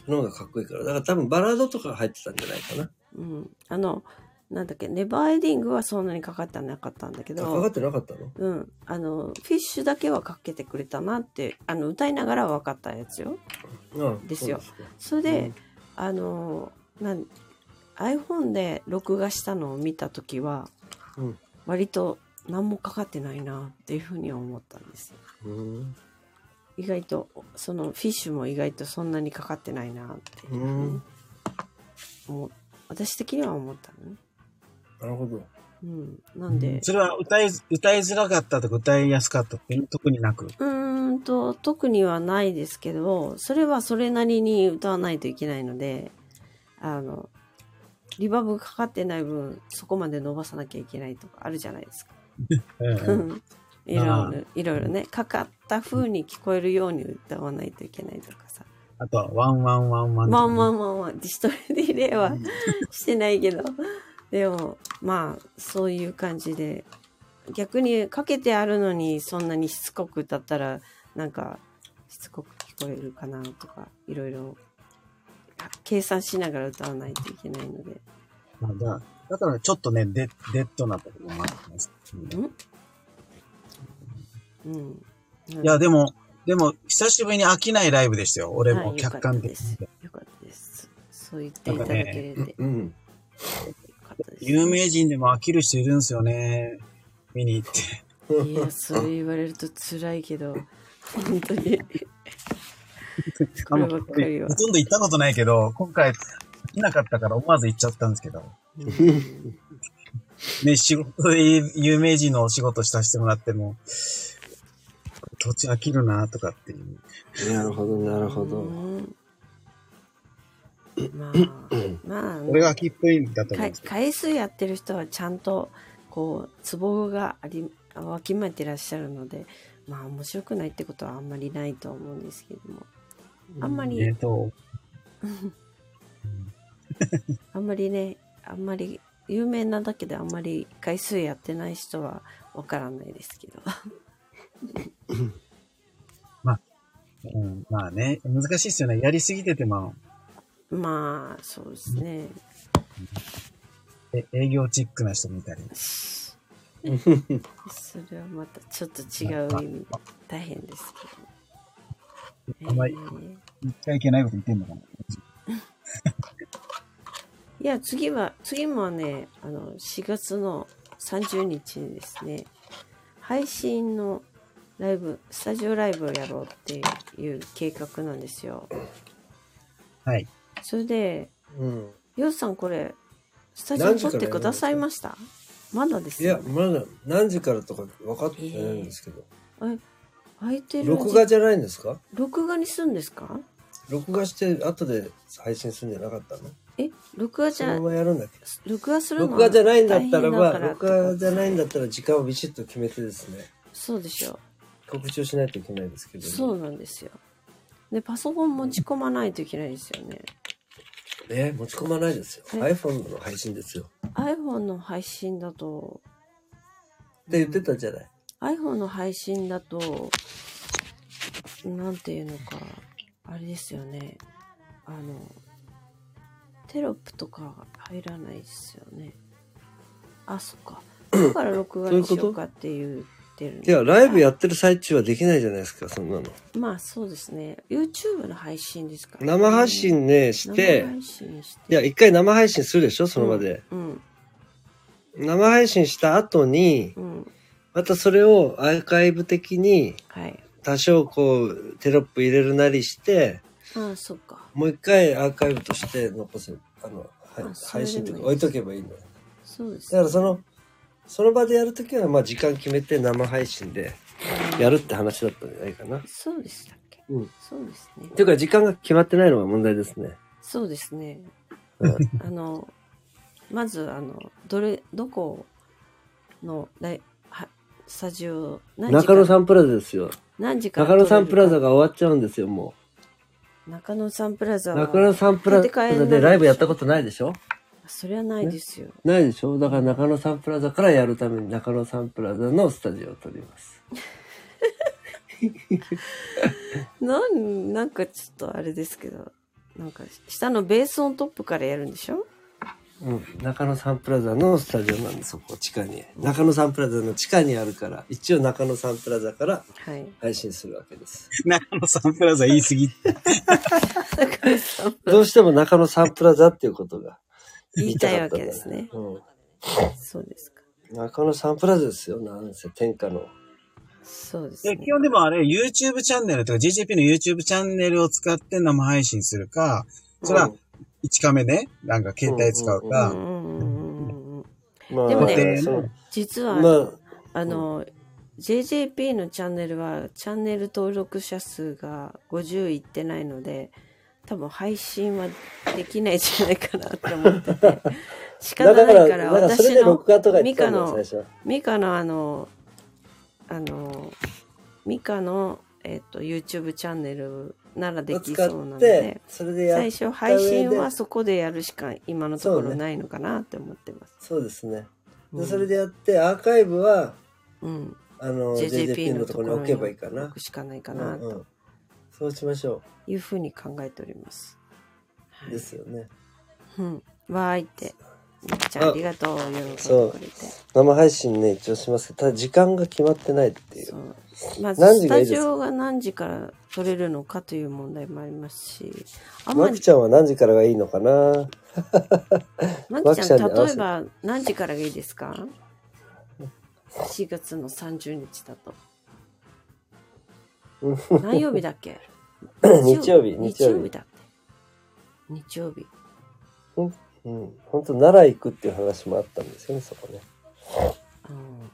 Speaker 3: の方がかっこいいから。だから多分バラードとか入ってたんじゃないかな。
Speaker 1: うん、あのなんだっけネバーエンディングはそんなにかかってなかったんだけ
Speaker 3: あかかっ
Speaker 1: ど
Speaker 3: てなかったの
Speaker 1: うん、あのフィッシュだけはかけてくれたなってあの歌いながらは分かったやつよ
Speaker 3: うん。
Speaker 1: ですよ
Speaker 3: そう
Speaker 1: それ
Speaker 3: で
Speaker 1: で、
Speaker 3: すね。
Speaker 1: あのなん iPhone で録画したのを見た時は、
Speaker 3: うん
Speaker 1: 割と何もかかってないなっていうふうには思ったんです
Speaker 3: うん。
Speaker 1: 意外とそのフィッシュも意外とそんなにかかってないなっていう
Speaker 3: う
Speaker 1: ふうに
Speaker 3: ん。
Speaker 1: 思う私的には思ったのね
Speaker 3: なるほど。
Speaker 1: うんなんで
Speaker 2: それは歌い、歌いづらかったとか歌いやすかったっていう特になく。
Speaker 1: うーんうんと、特にはないですけど、それはそれなりに歌わないといけないので、あの、リバーブかかってない分、そこまで伸ばさなきゃいけないとかあるじゃないですか。
Speaker 2: うんうん
Speaker 1: いろい
Speaker 2: ああ
Speaker 1: ろ、いろいろね、かかった風に聞こえるように歌わないといけないとかさ。
Speaker 2: あとは、ワンワンワンワン。
Speaker 1: まあま
Speaker 2: ン。
Speaker 1: あまあまあ、ディストレディレイはしてないけど。でも、まあ、そういう感じで。逆にかけてあるのに、そんなにしつこく歌ったら、なんか、しつこく聞こえるかなとか、いろいろ、あ計算しながら歌わないといけないので。
Speaker 2: まあだからだから、ちょっとね、デッデッドなところもあります。うん
Speaker 1: うん。
Speaker 2: いや、でも、でも、久しぶりに飽きないライブでしたよ。俺
Speaker 1: は
Speaker 2: も
Speaker 1: い
Speaker 2: 客観的に。。
Speaker 1: よかったです。よかったですそう言っていただけれて、よ
Speaker 3: うん。
Speaker 1: かったです。
Speaker 2: 有名人でも飽きる人いるんですよね。見に行って。
Speaker 1: いや、そう言われると辛いけど、本当に。こ
Speaker 2: あ
Speaker 1: れ
Speaker 2: の
Speaker 1: ばっかりは
Speaker 2: ほ。とんど行ったことないけど、今回、飽きなかったから思わず行っちゃったんですけ ど。ね、仕事で有名人のお仕事させてもらっても、土地飽きるなとかっていう。
Speaker 3: なるほど、なるほど。
Speaker 1: うん まあ、まあ、
Speaker 2: 俺が飽きっぽいんだと思うん
Speaker 1: 回
Speaker 2: ですけど。
Speaker 1: 回数やってる人はちゃんと、こう、ツボがあり、わきまえてらっしゃるので、まあ、面白くないってことはあんまりないと思うんですけども。あんまり、
Speaker 2: えっと、
Speaker 1: あんまりね、あんまり、有名なだけであんまり回数やってない人はわからないですけど。
Speaker 2: うん、まあね、難しいですよね。やりすぎてても、
Speaker 1: まあ、そうですね。
Speaker 2: え営業チックな人見たり。
Speaker 1: それはまたちょっと違う意味、大変ですけど。
Speaker 2: あんまり
Speaker 1: えー
Speaker 2: 言っちゃいけないこと言ってんのかな。
Speaker 1: いや、次は、次もね、あの、4月の30日にですね、配信のライブ、スタジオライブをやろうっていう計画なんですよ。
Speaker 2: はい。
Speaker 1: それで、
Speaker 3: うん。
Speaker 1: ようさんこれ、スタジオ撮ってくださいましたまだです
Speaker 3: いや
Speaker 1: よ、。
Speaker 3: まだ何時からとか分かってないんですけど。
Speaker 1: 空いてる。
Speaker 3: 録画じゃないんですか
Speaker 1: 録画にするんですか
Speaker 3: 録画して後で配信するんじゃなかったの
Speaker 1: え録画じ
Speaker 3: そ
Speaker 1: ゃ
Speaker 3: の、ままやるんだっけ
Speaker 1: 録画するの
Speaker 3: 録画じゃないんだった
Speaker 1: 大変だ
Speaker 3: ら
Speaker 1: か
Speaker 3: ば、
Speaker 1: ら
Speaker 3: 録画じゃないんだったら時間をビシッと決めてですね、
Speaker 1: そうでしょ
Speaker 3: 告知をしないといけないですけど、
Speaker 1: そうなんですよでパソコン持ち込まないといけないですよね
Speaker 3: ね、持ち込まないですよ。
Speaker 1: え
Speaker 3: iPhone の配信ですよ。
Speaker 1: iPhone の配信だと
Speaker 3: って言ってたじゃない。
Speaker 1: iPhone の配信だとなんていうのかあれですよねあのテロップとか入らないですよねあそっかだから録画にしようかって言ってるん
Speaker 3: いや、ライブやってる最中はできないじゃないですか、そんなの。
Speaker 1: まあそうですね YouTube の配信ですからね、
Speaker 3: 生配信ね、して
Speaker 1: 生、配信して
Speaker 3: いや、一回生配信するでしょ、その場で。
Speaker 1: うん
Speaker 3: 生配信した後に、
Speaker 1: うん
Speaker 3: またそれをアーカイブ的に、
Speaker 1: はい
Speaker 3: 多少こう、テロップ入れるなりして、
Speaker 1: ああそっか
Speaker 3: もう一回アーカイブとして残せる。あの、は
Speaker 1: あ
Speaker 3: い、
Speaker 1: それ
Speaker 3: 配
Speaker 1: でもいい
Speaker 3: 信とか置いとけばいいのよ。
Speaker 1: そうです
Speaker 3: だからその、その場でやるときは、まあ時間決めて生配信でやるって話だったんじゃないかな。
Speaker 1: そうでしたっけ
Speaker 3: うん。
Speaker 1: そうですね
Speaker 3: ていうか時間が決まってないのが問題ですね。
Speaker 1: そうですね
Speaker 3: うん
Speaker 1: あのまずあのどれどこのライはスタジオ何時か
Speaker 3: 中野サンプラザですよ。
Speaker 1: 何時から
Speaker 3: 中野サンプラザ
Speaker 1: が
Speaker 3: が終わっちゃうんですよ、も
Speaker 1: 中野サンプラ
Speaker 3: う。
Speaker 1: ザは
Speaker 3: 中野サンプラザでライブやったことないでしょ
Speaker 1: それはないですよ、
Speaker 3: ないでしょだから中野サンプラザからやるために中野サンプラザのスタジオを撮ります。
Speaker 1: なんなんかちょっとあれですけどなんか下のベース音トップからやるんでしょ
Speaker 3: うん、中野サンプラザのスタジオなんです、そこ、地下に。中野サンプラザの地下にあるから、一応中野サンプラザから
Speaker 1: はい
Speaker 3: 配信するわけです。
Speaker 2: 中野サンプラザ言い過ぎ。
Speaker 1: 中野サンプラ
Speaker 3: どうしても中野サンプラザっていうことが
Speaker 1: 言いたいわ
Speaker 3: かった
Speaker 1: け
Speaker 3: ん
Speaker 1: で
Speaker 3: だ
Speaker 1: すね
Speaker 3: うん
Speaker 1: ザそうですか
Speaker 3: 中野サンプラザですよ、なんせ天下の。
Speaker 1: そうです
Speaker 2: で
Speaker 1: ね
Speaker 2: 基本でもあれ、YouTube チャンネルとか GJP の YouTube チャンネルを使って生配信するか、それは1カメね、なんか携帯使う
Speaker 1: う
Speaker 2: か、
Speaker 1: んうんうんうんうん
Speaker 3: まあ
Speaker 1: でもね
Speaker 3: そう
Speaker 1: 実は、
Speaker 3: まあ、
Speaker 1: あの、 JJP のチャンネルはチャンネル登録者数が50いってないので、多分配信はできないんじゃないかなって思って て。仕方ないから、
Speaker 3: なんかそれ
Speaker 1: 私
Speaker 3: で
Speaker 1: の
Speaker 3: 録画とか言っ
Speaker 1: ミ
Speaker 3: て
Speaker 1: カ
Speaker 3: たんだよ最
Speaker 1: の、
Speaker 3: 初。
Speaker 1: ミカのあの、あの、ミカの、えっと、YouTube チャンネルならでき
Speaker 3: 使
Speaker 1: そうな
Speaker 3: っ
Speaker 1: の
Speaker 3: て
Speaker 1: で、、
Speaker 3: それでや
Speaker 1: 最初配信
Speaker 3: 上
Speaker 1: は
Speaker 3: で
Speaker 1: そこでやるしか今のところないのかなって思ってます。
Speaker 3: そうですね。
Speaker 1: う
Speaker 3: で
Speaker 1: ん
Speaker 3: それでやって、アーカイブは、
Speaker 1: うん。
Speaker 3: あの、
Speaker 1: JJP
Speaker 3: JJP の
Speaker 1: のと
Speaker 3: とこ
Speaker 1: こ
Speaker 3: ろ
Speaker 1: ろ
Speaker 3: に
Speaker 1: に
Speaker 3: 置けばいいかな
Speaker 1: 置。くしかないかな
Speaker 3: うんう
Speaker 1: と
Speaker 3: んそうしましょ
Speaker 1: いうふうに考えております。
Speaker 3: う。
Speaker 1: はい
Speaker 3: ですよね。
Speaker 1: うん。わーいって。みっちゃん
Speaker 3: あ
Speaker 1: ありがとう。喜んで
Speaker 3: そう
Speaker 1: くれて。
Speaker 3: 生配信ね、一応しますけど、ただ時間が決まってないってい。
Speaker 1: そうう。まず、
Speaker 3: 何時
Speaker 1: ス
Speaker 3: がい
Speaker 1: タ
Speaker 3: いです
Speaker 1: ジ
Speaker 3: か
Speaker 1: オが何時から撮れるのかという問題もありますし、あんま
Speaker 3: マキ
Speaker 1: り、
Speaker 3: ちゃんは何時からがいいのかな
Speaker 1: ま
Speaker 3: マ
Speaker 1: き
Speaker 3: キ
Speaker 1: ち
Speaker 3: ちゃ
Speaker 1: ゃ
Speaker 3: ん
Speaker 1: ん、
Speaker 3: に合
Speaker 1: 例
Speaker 3: わせ
Speaker 1: え
Speaker 3: て
Speaker 1: ば何時からがいいですか ?4 月の30日だ と。何曜日だっけ
Speaker 3: 日曜日、日
Speaker 1: 日
Speaker 3: 曜
Speaker 1: 曜
Speaker 3: 日
Speaker 1: 日。だって。日曜日。
Speaker 3: うん。本当奈良行くっていう話もあったんですよね、そこね。
Speaker 1: うん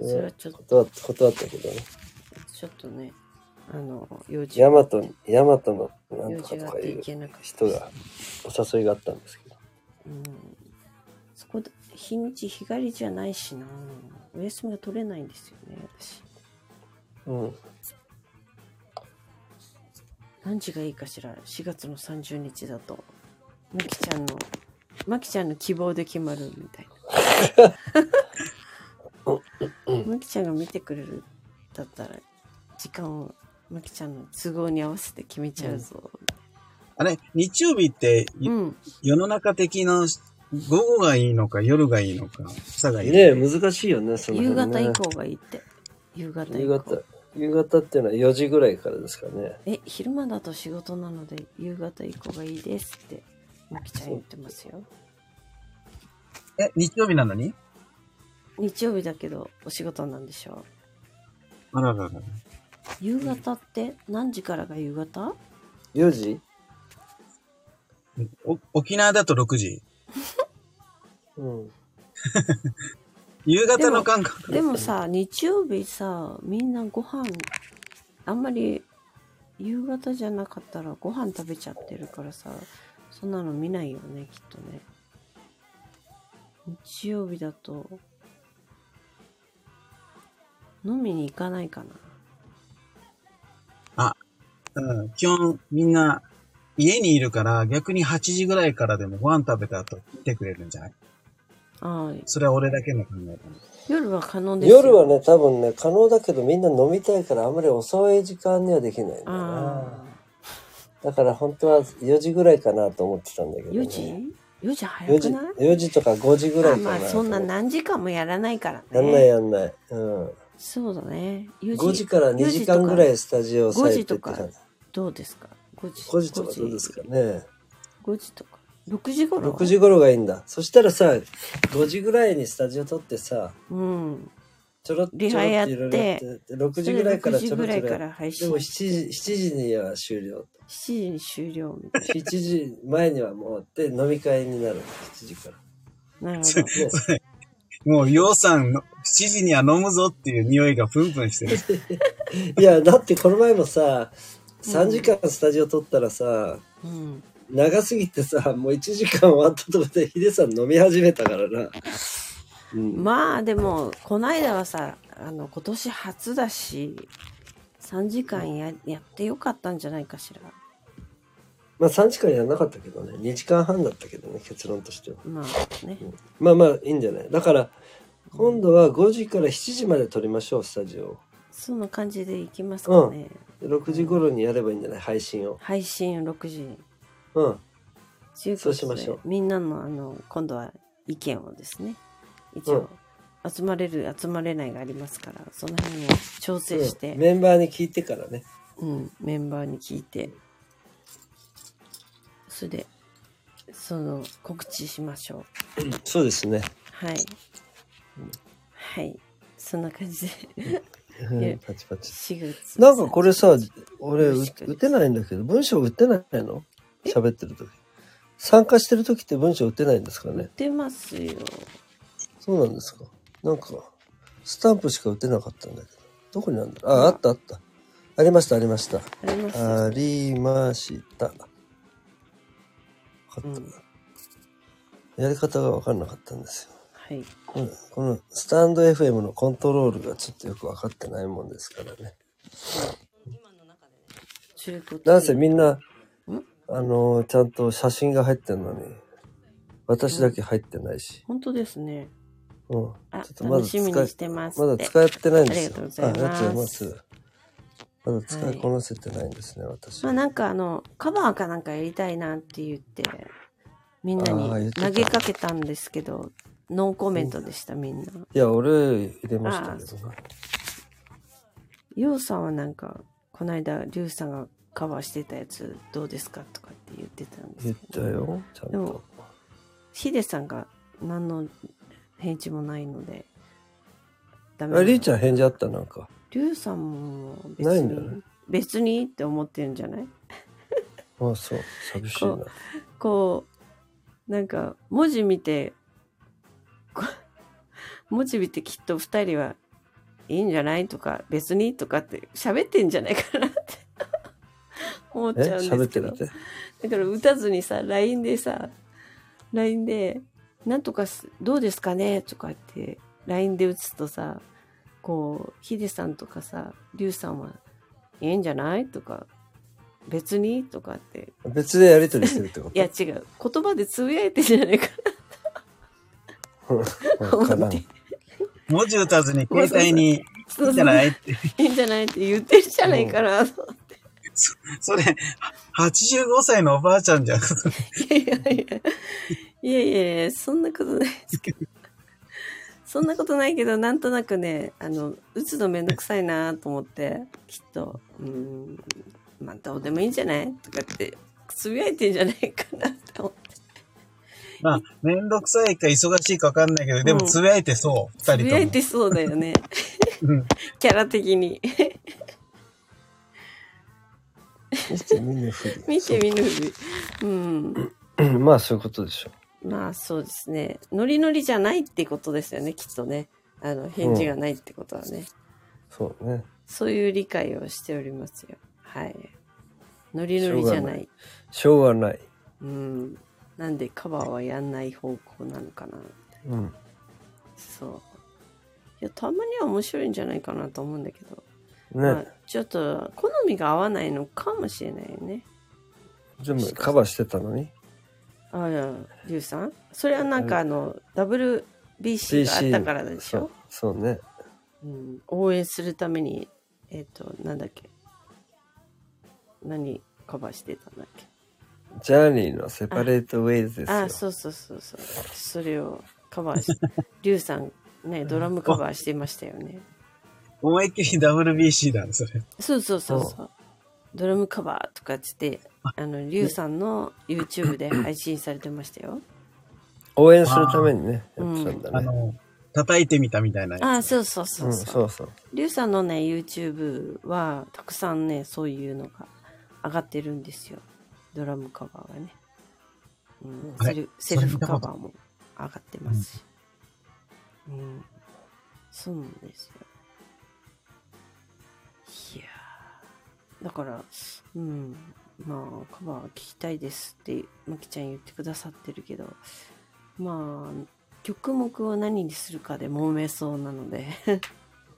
Speaker 1: それは
Speaker 3: ね
Speaker 1: ちょっと、
Speaker 3: 断っ断ったけどね。
Speaker 1: ちょっとね、あの、用事
Speaker 3: ヤマト、ヤマトのなん
Speaker 1: 用
Speaker 3: とか
Speaker 1: 事
Speaker 3: と
Speaker 1: があ
Speaker 3: か
Speaker 1: って
Speaker 3: い
Speaker 1: いうけなくて
Speaker 3: 人が、お誘いがあったんですけど。
Speaker 1: うん、そこで日にち日帰りじゃないしなお休みが取れないんですよね私
Speaker 3: うん。
Speaker 1: 何時がいいかしら4月の30日だとまきちゃんのまきちゃんの希望で決まるみたい なまきちゃんが見てくれるだったら時間をまきちゃんの都合に合わせて決めちゃうぞ、
Speaker 2: あれ、日曜日って、
Speaker 1: う
Speaker 2: い
Speaker 1: ん、
Speaker 2: 世の中的な、午後がいいのか、夜がいいのか、朝がいいのか。
Speaker 3: ねえ難しいよね、その
Speaker 1: 夕
Speaker 3: 辺
Speaker 1: 方
Speaker 3: ね
Speaker 1: 以降がいいって夕方以
Speaker 3: 夕
Speaker 1: 降
Speaker 3: 方。夕方っていうのは4時ぐらいからですかね。
Speaker 1: え昼間だと仕事なので夕方以降がいいですってまきちゃん言ってますよ
Speaker 2: え、日曜日なのに
Speaker 1: 日曜日だけどお仕事なんでしょ
Speaker 2: あらららら。
Speaker 1: う夕方って何時からが夕方
Speaker 3: 4時
Speaker 2: お沖縄だと6時。
Speaker 3: うん。
Speaker 2: 夕方の感覚。
Speaker 1: でもさ日曜日さみんなご飯あんまり夕方じゃなかったらご飯食べちゃってるからさそんなの見ないよねきっとね日曜日だと飲みに行かないかな
Speaker 2: うん、基本みんな家にいるから逆に8時ぐらいからでもご飯食べた後来てくれるんじゃない
Speaker 1: ああ
Speaker 2: それは俺だけの考えかな。
Speaker 1: 夜は可能ですよ
Speaker 3: 夜はね、多分ね、可能だけどみんな飲みたいからあんまり遅い時間にはできないんだよ
Speaker 1: あ
Speaker 3: な。だから本当は4時ぐらいかなと思ってたんだけど、
Speaker 1: あ
Speaker 3: ね。
Speaker 1: 4時 ?4 時
Speaker 3: 4
Speaker 1: 早く
Speaker 3: 時
Speaker 1: ない
Speaker 3: ?4 時とか5時ぐら
Speaker 1: あ
Speaker 3: いかな
Speaker 1: まあそんな
Speaker 3: や
Speaker 1: 何時間もやらないからね
Speaker 3: んないやんない。うん。
Speaker 1: そうだね4
Speaker 3: 5時から2時間ぐらいスタジオされてって
Speaker 1: 5時と
Speaker 3: 感
Speaker 1: かどうですか5時
Speaker 3: 5時とかどうですかね。
Speaker 1: 5時とか6時頃
Speaker 3: 6時頃がいいんだ。そしたらさ、5時ぐらいにスタジオ撮ってさ、
Speaker 1: うん
Speaker 3: ちょろっ
Speaker 1: リハやって
Speaker 3: ちょろろって6時ぐらいから
Speaker 1: それで
Speaker 3: ちょ
Speaker 1: 6時ぐ
Speaker 3: ろ
Speaker 1: ら
Speaker 3: ちょ
Speaker 1: いか
Speaker 3: ろ。
Speaker 1: ら配
Speaker 3: で
Speaker 1: 信
Speaker 3: も7
Speaker 1: 7
Speaker 3: 時、7時には終了。
Speaker 1: 時に終了みたい
Speaker 3: 7時前にはもうで飲み会になる。7時から。
Speaker 1: ななるほど
Speaker 3: ね、
Speaker 2: もう、ようさんの、7時には飲むぞっていう匂いがプンプンしてる。
Speaker 3: いや、だってこの前もさ、3時間スタジオ撮ったらさ、
Speaker 1: うん
Speaker 3: 長すぎてさ、もう1時間終わったとこでヒデさん飲み始めたからな。うん。
Speaker 1: まあでもこないだはさあの今年初だし3時間ややってよかったんじゃないかしら
Speaker 3: まあ3時間やらなかったけどね、2時間半だったけどね、結論としては。
Speaker 1: まあね
Speaker 3: まあまあいいんじゃないだから、今度は5時から7時まで撮りましょう、スタジオ。
Speaker 1: そんな感じでいきますかね、
Speaker 3: 6時頃にやればいいんじゃない配信を。
Speaker 1: 配信6時に
Speaker 3: うん。
Speaker 1: ということ
Speaker 3: そう
Speaker 1: で
Speaker 3: しましょう
Speaker 1: みんなのあの今度は意見をですね一応、集まれる集まれないがありますからその辺を調整して、
Speaker 3: メンバーに聞いてからね。
Speaker 1: うん、メンバーに聞いてそれでその告知しましょう
Speaker 3: そうですね。
Speaker 1: はい、はいそんな感じで
Speaker 3: うんパチパチ。
Speaker 1: 4月
Speaker 3: なんかこれさ、俺、
Speaker 1: よろ
Speaker 3: う
Speaker 1: しく
Speaker 3: 打てないんだけど、文章打てないの喋ってる時。参加してる時って文章打てないんですか
Speaker 1: 売っ
Speaker 3: ね
Speaker 1: てますよ
Speaker 3: そうなんですか。なんか、スタンプしか打てなかったんだけど。どこにあるんだあ、あったあった。ありました、ありました。
Speaker 1: あります
Speaker 3: ありました。わかった、
Speaker 1: うん
Speaker 3: やり方が分かんなかったんですよ。
Speaker 1: はい。
Speaker 3: このこのスタンド FM のコントロールがちょっとよく分かってないもんですからね。
Speaker 1: 中古
Speaker 3: なんせみんな、
Speaker 1: ん
Speaker 3: あのーちゃんと写真が入ってるのに、私だけ入ってないし。
Speaker 1: 本当ですね。
Speaker 3: うん。
Speaker 1: あ
Speaker 3: ちょっ、とまだ
Speaker 1: 楽
Speaker 3: 使
Speaker 1: し
Speaker 3: い
Speaker 1: みにしてます
Speaker 3: ま
Speaker 1: っ
Speaker 3: だ
Speaker 1: て。
Speaker 3: 使ってないんで
Speaker 1: あ
Speaker 3: すよ。
Speaker 1: りがとうございます
Speaker 3: ありがとうございます。まだ使いこなせてないんですね、私。
Speaker 1: まあなんかあの、カバーかなんかやりたいなって言って、みんな
Speaker 3: あー言っ
Speaker 1: に
Speaker 3: てた
Speaker 1: 投げかけたんですけど、ノーコメントでした、みんな。
Speaker 3: いや、俺入れましたけどな。
Speaker 1: ヨウさんはなんか、この間、リュウさんがカバーしてたやつどうですかとかって言ってたんです
Speaker 3: 言っ
Speaker 1: け
Speaker 3: た
Speaker 1: ど、
Speaker 3: よ、ちゃん
Speaker 1: で
Speaker 3: と
Speaker 1: も。ヒデさんが何の返事もないので、ダ
Speaker 3: あ、りー
Speaker 1: ゃ
Speaker 3: ちゃん返事あったなんか。
Speaker 1: リュウさんも別
Speaker 3: ないんじゃない
Speaker 1: に、別にって思ってるんじゃない
Speaker 3: あそう。寂しいな
Speaker 1: こ。こうなんか文字見て こう文字見てきっと2人はいいんじゃないとか別にとかって喋ってんじゃないかなって 思っ
Speaker 3: え
Speaker 1: ちゃうん
Speaker 3: 喋
Speaker 1: です
Speaker 3: って
Speaker 1: け
Speaker 3: み
Speaker 1: ど
Speaker 3: て。
Speaker 1: だから打たずにさ LINE でさ LINE で「なんとかすどうですかね?」とかって LINE で打つとさこうヒデさんとかさリュウさんは「いいんじゃない?」とか「別に?」とかって
Speaker 3: 別でやりとりしてるってこと
Speaker 1: いや違う言葉でつぶやいてんじゃないかなと
Speaker 3: わ
Speaker 1: 思
Speaker 3: か
Speaker 1: っ
Speaker 3: ら
Speaker 1: て
Speaker 3: ん。
Speaker 2: 文字打たずに携帯に、いいんじゃないって。
Speaker 1: いいんじゃないって言ってるじゃないかなと思っ
Speaker 2: それ、85歳のおばあちゃんじゃん。
Speaker 1: ていやいやいやいやいやいやそんなことないですけどそんなことないけどなんとなくねあの打つのめんどくさいなと思ってきっとうーんまあどうでもいいんじゃないとかってつぶやいてんじゃないかなって思って
Speaker 2: まあ、めんどくさいか忙しいかわかんないけど、でもつぶやいてそう、二
Speaker 1: つぶ
Speaker 2: 人
Speaker 1: や
Speaker 2: と
Speaker 1: い
Speaker 2: も。
Speaker 1: てそうだよね
Speaker 2: うん
Speaker 1: キャラ的に
Speaker 3: 見て見ぬふり。
Speaker 1: 見て見ぬふりうん
Speaker 3: うんまあそういうことでしょ
Speaker 1: まあそうですね。ノリノリじゃないってことですよね、きっとね。あの、返事がないってことはね。
Speaker 3: そうね。
Speaker 1: そういう理解をしておりますよ。はい。ノリノリじゃない。
Speaker 3: しょうがない。
Speaker 1: うん。なんでカバーはやんない方向なのかな。
Speaker 3: うん。
Speaker 1: そう。いや、たまには面白いんじゃないかなと思うんだけど。まあ
Speaker 3: ね。、
Speaker 1: ちょっと、好みが合わないのかもしれないよね。
Speaker 3: 全部カバーしてたのに。
Speaker 1: あら、リュウさんそれはなんかあの、WBC があったからでし
Speaker 3: そ
Speaker 1: ょ
Speaker 3: う。そうね。
Speaker 1: うん、応援するためにえっ、となんだっけ何カバーしてたんだっけ
Speaker 3: ジャーニーのセパレートウェイズですよ。
Speaker 1: あそうそうそうそうそれをカバー しリュウさんねドラムカバーしてましたよね
Speaker 2: 思いっきり WBC だね、それ。
Speaker 1: そうそうそうそうドラムカバーとかっつってあのリュウさんの YouTube で配信されてましたよ
Speaker 3: 応援するためにね、や
Speaker 1: あー
Speaker 3: ってたん
Speaker 2: あ
Speaker 3: だね。
Speaker 2: の、叩いてみたみたいな。
Speaker 1: あそうそう
Speaker 3: う
Speaker 1: そ
Speaker 3: ん、
Speaker 1: うそう
Speaker 3: そうそう。
Speaker 1: リュウさんのね YouTube はたくさんねそういうのが上がってるんですよドラムカバーがね、うん、
Speaker 2: あれ
Speaker 1: セルセルフカバーも上がってますし、うんそうなんですよいやーだからうんまあカバー聞きたいですってまきちゃん言ってくださってるけどまあ曲目を何にするかで揉めそうなので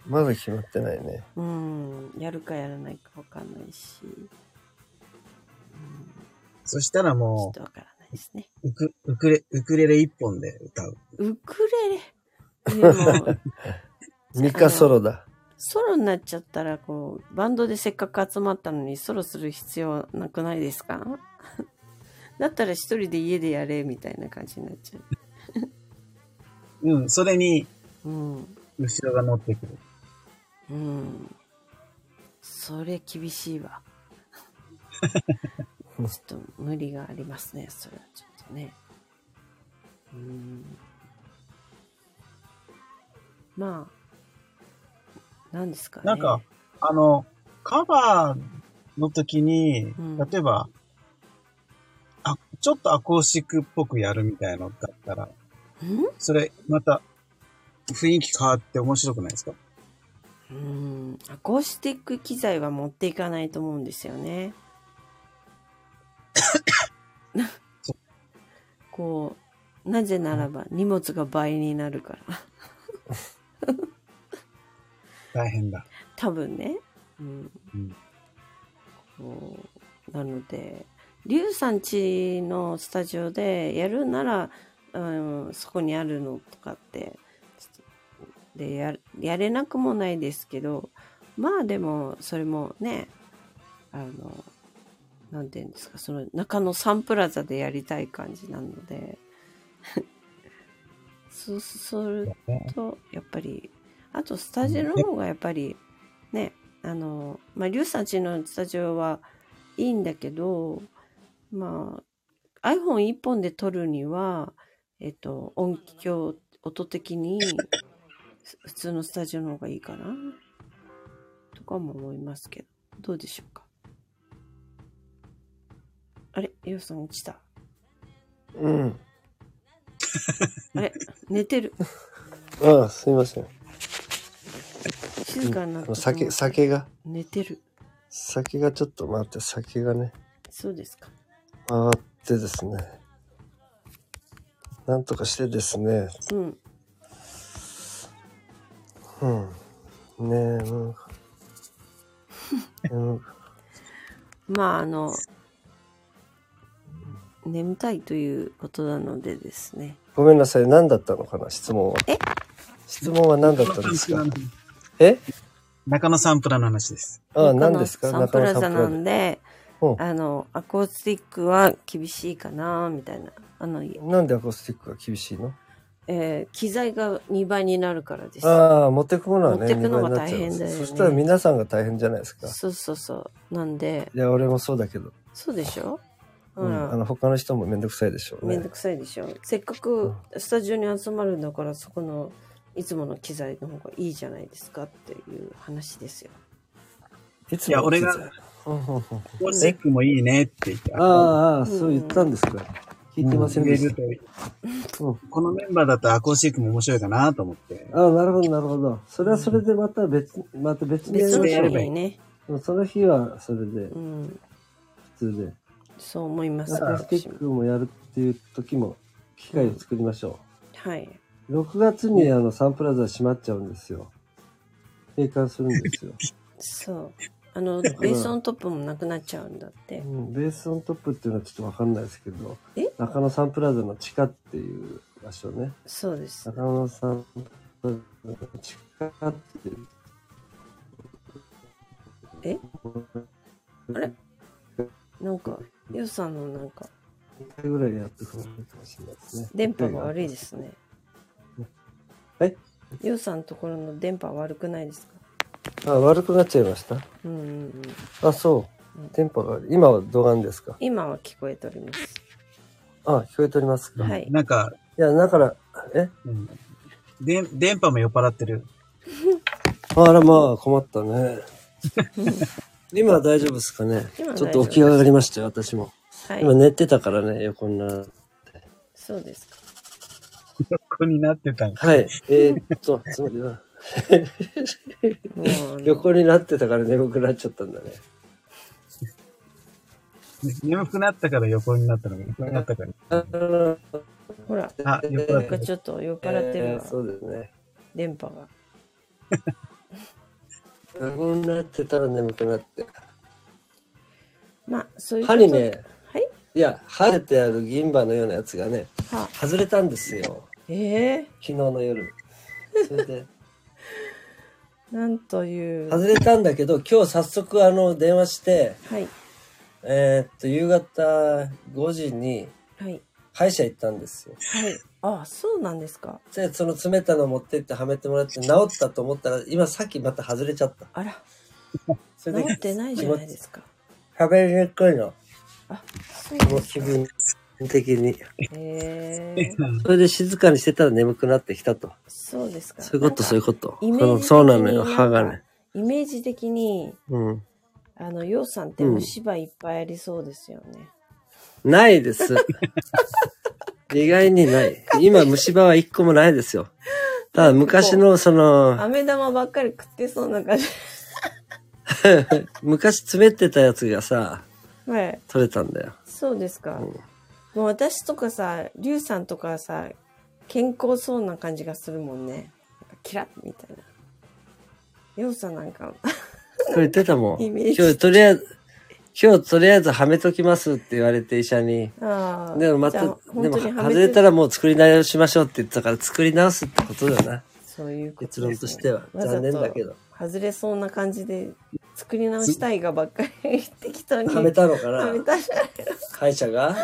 Speaker 3: まだ決まってないね。
Speaker 1: うん、やるかやらないかわかんないし、うん、
Speaker 2: そした
Speaker 1: ち
Speaker 2: ら
Speaker 1: ょっ
Speaker 2: も
Speaker 1: とわからないですね。
Speaker 2: う、ウクウクレウクレレ一本で歌う。
Speaker 1: ウクレレ。でも、
Speaker 3: ミカソロだ。
Speaker 1: ソロになっちゃったら、こう、バンドでせっかく集まったのに、ソロする必要なくないですか だったら一人で家でやれ、みたいな感じになっちゃ
Speaker 2: うん、それに
Speaker 1: う。うん。
Speaker 2: 後ろが乗ってくる。
Speaker 1: うん。それ厳しい わ。ちょっと無理がありますね、それはちょっとね。うん。まあ、なんですかね。
Speaker 2: なんか、あの、カバーの時に
Speaker 1: うん、
Speaker 2: 例えば、あ、ちょっとアコースティックっぽくやるみたいのだったら、
Speaker 1: ん
Speaker 2: それ、また、雰囲気変わって面白くないですか
Speaker 1: うん、アコースティック機材は持っていかないと思うんですよ ね。
Speaker 2: そ
Speaker 1: こう、なぜならば荷物が倍になるから。
Speaker 2: 大変だ。
Speaker 1: 多分ね。うん。
Speaker 2: うん
Speaker 1: こうなので、リュウさんちのスタジオでやるなら、うん、そこにあるのとかって、ちょっとでや、やれなくもないですけど、まあでも、それもね、あの、なんていうんですか、その中野サンプラザでやりたい感じなので、 そうすると、やっぱり、あとスタジオの方がやっぱり、ね、あの、まあ、リュウさんちのスタジオはいいんだけど、まあ、iPhone1 本で撮るには、えっと、音響、音的に、す普通のスタジオの方がいいかな、とかも思いますけど、どうでしょうか。あれ、リュウさん落ちた。
Speaker 3: うん。
Speaker 1: あれ、寝て る。
Speaker 3: ああ、すいません。
Speaker 1: 静かになった。
Speaker 3: 酒、酒が、
Speaker 1: 寝てる。
Speaker 3: 酒がちょっと待って、酒がね、
Speaker 1: そうですか。
Speaker 3: 回ってですね。なんとかしてですね。
Speaker 1: うん。
Speaker 3: うん。ねえ、もう。うん
Speaker 1: まああの眠たいということなのでですね
Speaker 3: ごめんなさい、何だったのかな、質問は。
Speaker 1: え
Speaker 3: 質問は何だったんですかえ
Speaker 2: 中野サンプラの話です。
Speaker 3: あ
Speaker 1: 中
Speaker 3: あ、
Speaker 1: 野
Speaker 3: 何ですか
Speaker 1: サンプラザ
Speaker 3: 中野サ
Speaker 1: な
Speaker 3: ン
Speaker 1: んで
Speaker 3: プラザ
Speaker 1: あのアコースティックは厳しいかなみたいなあの、
Speaker 3: うん。なんでアコースティックが厳しいの
Speaker 1: えー機材が2倍になるからです
Speaker 3: ああ、持ってくものはね、
Speaker 1: 持ってくのが
Speaker 3: 二倍になっちゃう
Speaker 1: 大変だよね
Speaker 3: そしたら皆さんが大変じゃないですか。
Speaker 1: そうそうそうなんで
Speaker 3: いや、俺もそうだけど。
Speaker 1: そうでしょ
Speaker 3: う
Speaker 1: ほら、
Speaker 3: ん。あの、他の人もめんどくさいでしょう
Speaker 1: めん
Speaker 3: ね
Speaker 1: ど。くさいでしょせっかくスタジオに集まるんだからそこのいつもの機材の方がいいじゃないですかっていう話ですよ
Speaker 3: いつ
Speaker 2: いや
Speaker 3: も
Speaker 2: 俺が
Speaker 3: うんうんうん
Speaker 2: コースティックもいいねって言って。
Speaker 3: ああ、そう言ったんですか。聞いてません
Speaker 2: 入れ
Speaker 3: でし
Speaker 2: る
Speaker 3: た。
Speaker 2: と
Speaker 3: うん
Speaker 2: このメンバーだとアコースティックも面白いかなと思って。
Speaker 3: ああ、なるほど、なるほど。それはそれでまた別、また別にやり
Speaker 1: 別の
Speaker 3: まし
Speaker 1: 日
Speaker 3: ょう
Speaker 1: にね
Speaker 3: うんその日はそれで
Speaker 1: う、ん
Speaker 3: 普通で。
Speaker 1: そう思います
Speaker 3: アコースティックもやるっていう時も、機会を作りましょ
Speaker 1: はい。
Speaker 3: う。6月にあの、サンプラザ閉まっちゃうんですよ。閉館するんですよ。
Speaker 1: そう。あの、ベースオントップもなくなっちゃうんだって
Speaker 3: う。ん、ベースオントップっていうのはちょっとわかんないですけど
Speaker 1: え、
Speaker 3: 中野サンプラザの地下っていう場所ね。
Speaker 1: そうです。
Speaker 3: 中野さんと近ってる
Speaker 1: えあれなんか、ヨウさんのなんか、
Speaker 3: 1回ぐらいやってくれるかもしれないですね。
Speaker 1: 電波が悪い
Speaker 3: す。
Speaker 1: ですね。
Speaker 3: はい
Speaker 1: ヨウさんのところの電波悪くないですか
Speaker 3: あ、悪くなっちゃいました。
Speaker 1: うんうんうん。
Speaker 3: あ、そう。電波が悪い。今はどがんですか
Speaker 1: 今は聞こえております。
Speaker 3: あ、聞こえておりますか、、
Speaker 1: はいい。
Speaker 2: なんか、
Speaker 3: や、だから、え
Speaker 2: うん、で電波も酔っ払ってる。
Speaker 3: あらまあ、困っ たね。今は大丈夫ですかね
Speaker 1: 今は大丈夫です
Speaker 3: ちょっと起き上がりましたよ、私も。
Speaker 1: はい
Speaker 3: 今。寝てたからね、横にな。
Speaker 1: そうです か。
Speaker 2: ここになってたん
Speaker 3: はい。えー、っ と、つまりは、
Speaker 1: もうあの、
Speaker 3: 横になってたから眠くなっちゃったんだね。
Speaker 2: 眠くなったから横になったのが、横になったから。
Speaker 3: あの
Speaker 1: ほら、
Speaker 2: あ、酔っ
Speaker 1: なん
Speaker 2: 払って
Speaker 1: か
Speaker 2: る。
Speaker 1: ちょっと酔っ払ってる
Speaker 3: え
Speaker 1: わ
Speaker 3: ー、そうですね。
Speaker 1: 電波が。
Speaker 3: 横になってたら眠くなって。
Speaker 1: まあ、そういうこ
Speaker 3: 歯
Speaker 1: と。
Speaker 3: にね、
Speaker 1: はい。
Speaker 3: いや、生えてある銀歯のようなやつがね、
Speaker 1: は
Speaker 3: 外れたんですよ。
Speaker 1: ええ
Speaker 3: 昨日の夜。それで、
Speaker 1: なんという。は
Speaker 3: 外れたんだけど、今日早速あの、電話して、
Speaker 1: い。
Speaker 3: えーっと、夕方5時に
Speaker 1: はい。
Speaker 3: 歯医者行ったんですよ。
Speaker 1: はい。あ、そうなんですか。
Speaker 3: で、その詰めたの持ってってはめてもらって治ったと思ったら、今さっきまた外れちゃった。
Speaker 1: あら、
Speaker 3: それ
Speaker 1: 治っ
Speaker 3: で、
Speaker 1: てないじゃないですか。
Speaker 3: 食べにくいの。
Speaker 1: あ、そう
Speaker 3: も
Speaker 1: で
Speaker 3: う
Speaker 1: す
Speaker 3: 気
Speaker 1: か。
Speaker 3: 分的に。
Speaker 1: へえ
Speaker 2: うん
Speaker 3: それで静かにしてたら眠くなってきたと。
Speaker 1: そうですか。
Speaker 3: そういうこと、そういう
Speaker 1: こ
Speaker 3: こと。
Speaker 1: イメージ的
Speaker 3: うん
Speaker 1: に
Speaker 3: そうなのよ、歯がね。。
Speaker 1: イメージ的に、
Speaker 3: うん。
Speaker 1: あの、ようさんって虫歯いっぱいありそうですよね。
Speaker 3: な いです。意外にない。今、虫歯は一個もないですよ。ただ昔のその、
Speaker 1: 飴玉ばっかり食ってそうな感じ。
Speaker 3: 昔詰めてたやつがさ、
Speaker 1: はい。
Speaker 3: 取れたんだよ。
Speaker 1: そうですか。
Speaker 3: うん
Speaker 1: もう私とかさ、リュウさんとかさ、健康そうな感じがするもんね。なんかキラッみたいな。ヨウさんなんか、
Speaker 3: 取れてたもん。
Speaker 1: イメージ
Speaker 3: 今日とりあえず、今日とりあえずはめときますって言われて医者に。
Speaker 1: ああ。
Speaker 3: でもま
Speaker 1: じ
Speaker 3: た、
Speaker 1: ゃ
Speaker 3: で
Speaker 1: あ本
Speaker 3: も
Speaker 1: 当には
Speaker 3: 外
Speaker 1: め
Speaker 3: れ
Speaker 1: て
Speaker 3: たらもう作り直しましょうって言ってたから作り直すってことだな。
Speaker 1: そういうことです
Speaker 3: 結
Speaker 1: ね
Speaker 3: 論としては。
Speaker 1: わざと
Speaker 3: 残念だけど。
Speaker 1: 外れそうな感じで、作り直したいがばっかり適当に。
Speaker 3: はめたのか
Speaker 1: は
Speaker 3: な
Speaker 1: めたじゃない
Speaker 3: 会社が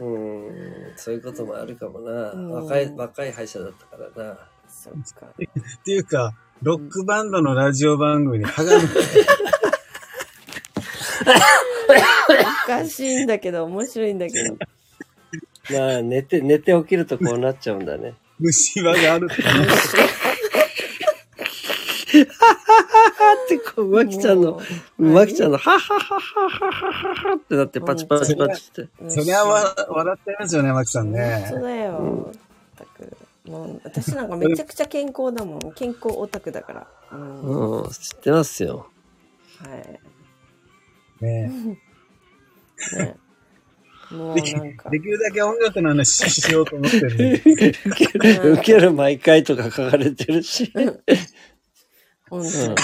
Speaker 3: うーん、そういうこともあるかもな。
Speaker 1: うん
Speaker 3: 若い、若い歯医者だったからな。
Speaker 1: そうか。
Speaker 2: っていうか、ロックバンドのラジオ番組に歯が、
Speaker 1: おかしいんだけど、面白いんだけ ど。
Speaker 3: まあ、寝て、寝て起きるとこうなっちゃうんだね。
Speaker 2: 虫歯があるってね。
Speaker 3: あって、こう、まきちゃんの、
Speaker 1: もう
Speaker 3: まきちゃんの、はははははははってなって、パチパチパチって。
Speaker 2: それはわ笑ってますよね、マキさんね
Speaker 1: 本当。だよ。オタク。もう私なんかめちゃくちゃ健康だもん。健康オタクだから。うん。は
Speaker 3: うん、知ってますよ。
Speaker 1: い。
Speaker 2: ね
Speaker 1: ね。もうなんか
Speaker 2: で。きるだけ音楽の話しようと思ってるのに
Speaker 3: 受ける、受ける毎回とか書かれてるし。
Speaker 1: 本当に。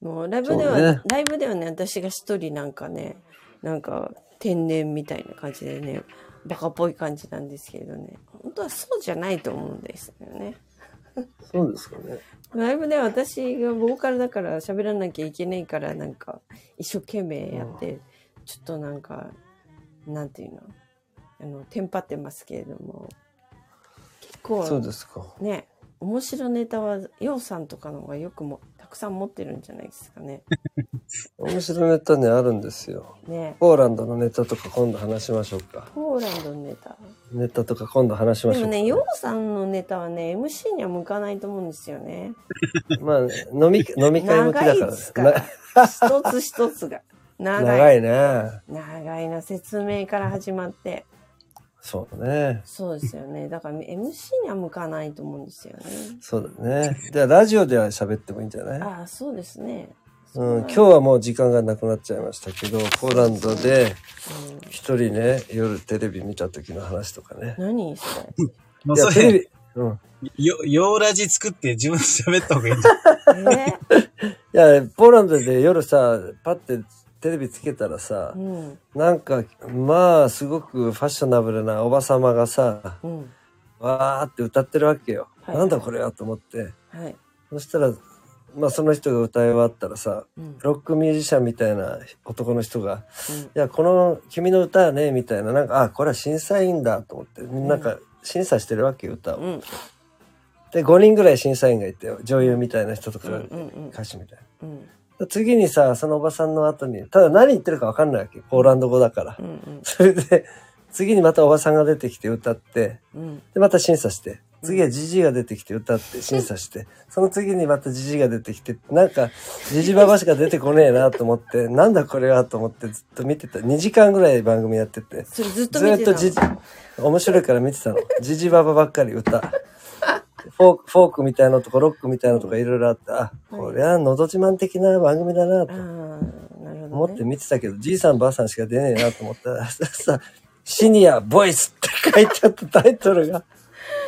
Speaker 1: もうライブでは、
Speaker 3: そうね
Speaker 1: ライブではね、私が一人なんかね、なんか天然みたいな感じでね、バカっぽい感じなんですけどね。本当はそうじゃないと思うんですよね。
Speaker 3: そうですかね。
Speaker 1: ライブで私がボーカルだから喋らなきゃいけないからなんか一生懸命やって、ちょっとなんかなんていうのあのテンパってますけれども結
Speaker 3: そう
Speaker 1: 構
Speaker 3: ですか。
Speaker 1: ね面白ネタはようさんとかの方がよくもたくさん持ってるんじゃないですか ね。
Speaker 3: 面白いネタね、あるんですよ。
Speaker 1: ね
Speaker 3: ポーランドのネタとか今度話しましょうか。
Speaker 1: ポーランドのネタ。
Speaker 3: ネタとか今度話しまし
Speaker 1: で
Speaker 3: ょう
Speaker 1: も
Speaker 3: か。
Speaker 1: ね、ようさんのネタはね、MC には向かないと思うんですよ ね。
Speaker 3: まあ、飲 み、飲み会向きだ
Speaker 1: 長い
Speaker 3: か
Speaker 1: ですからら
Speaker 3: ね。。
Speaker 1: 一つ一つが。
Speaker 3: な
Speaker 1: 長
Speaker 3: 長
Speaker 1: い。
Speaker 3: いね。
Speaker 1: 長いな、説明から始まって。
Speaker 3: そうだね。
Speaker 1: そうですよね。だから MC には向かないと思うんですよね。
Speaker 3: そうだね。じゃあ、ラジオでは喋ってもいいんじゃない
Speaker 1: ああ、そうですね。
Speaker 3: うん、今日はもう時間がなくなっちゃいましたけど、ポーランドで
Speaker 1: うん
Speaker 3: 一人ね、夜テレビ見た時の話とかね。
Speaker 1: 何それ。
Speaker 2: もう
Speaker 3: いや、
Speaker 2: そ
Speaker 3: テレ
Speaker 2: れ、
Speaker 3: ビ、うん。
Speaker 2: よ、洋ラジ作って自分で喋った方がいいんじゃない
Speaker 1: え
Speaker 3: いや、ポーランドで夜さ、パッてテレビつけたらさ
Speaker 1: う、ん。
Speaker 3: なんか、まあ、すごくファッショナブルなおばさまがさ、
Speaker 1: うん。
Speaker 3: わーって歌ってるわけよ。
Speaker 1: はい
Speaker 3: なんだこれはと思って。
Speaker 1: はい。
Speaker 3: そしたら、まあ、その人が歌い終わったらさ、
Speaker 1: うん。
Speaker 3: ロックミュージシャンみたいな男の人が、
Speaker 1: うん
Speaker 3: いや、この、君の歌はね、みたいな、なんか、あ、これは審査員だと思って、みんななんか、審査してるわけよ、歌を。
Speaker 1: うん。
Speaker 3: で、5人ぐらい審査員がいて、女優みたいな人とか
Speaker 1: うん。うん。
Speaker 3: 歌手みたい
Speaker 1: うん。
Speaker 3: な。次にさ、そのおばさんの後に、ただ何言ってるかわかんないわけ、ポーランド語だから
Speaker 1: う。ん。
Speaker 3: それで、次にまたおばさんが出てきて歌って、
Speaker 1: うん。
Speaker 3: で、また審査して、次はジジイが出てきて 歌って審査して、その次にまたジジイが出てきて、なんか、ジジババしか出てこねえなと思って、なんだこれはと思ってずっと見てた。2時間ぐらい番組やってて、
Speaker 1: それずっと
Speaker 3: ず
Speaker 1: 見
Speaker 3: ってと
Speaker 1: た
Speaker 3: ジジ、面白いから見てたの。ジジババばっかり歌。フォーク、フォークみたいなとこ、ロックみたいなとこいろいろあって、あ、こりゃ、のど自慢的な番組だな
Speaker 1: あ
Speaker 3: と
Speaker 1: あ、なる
Speaker 3: 思
Speaker 1: ほど、
Speaker 3: って
Speaker 1: ね。
Speaker 3: 見てたけど、じいさんばあさんしか出ねえなと思ったら、さ、シニア、ボイスって書いてあったタイトルが。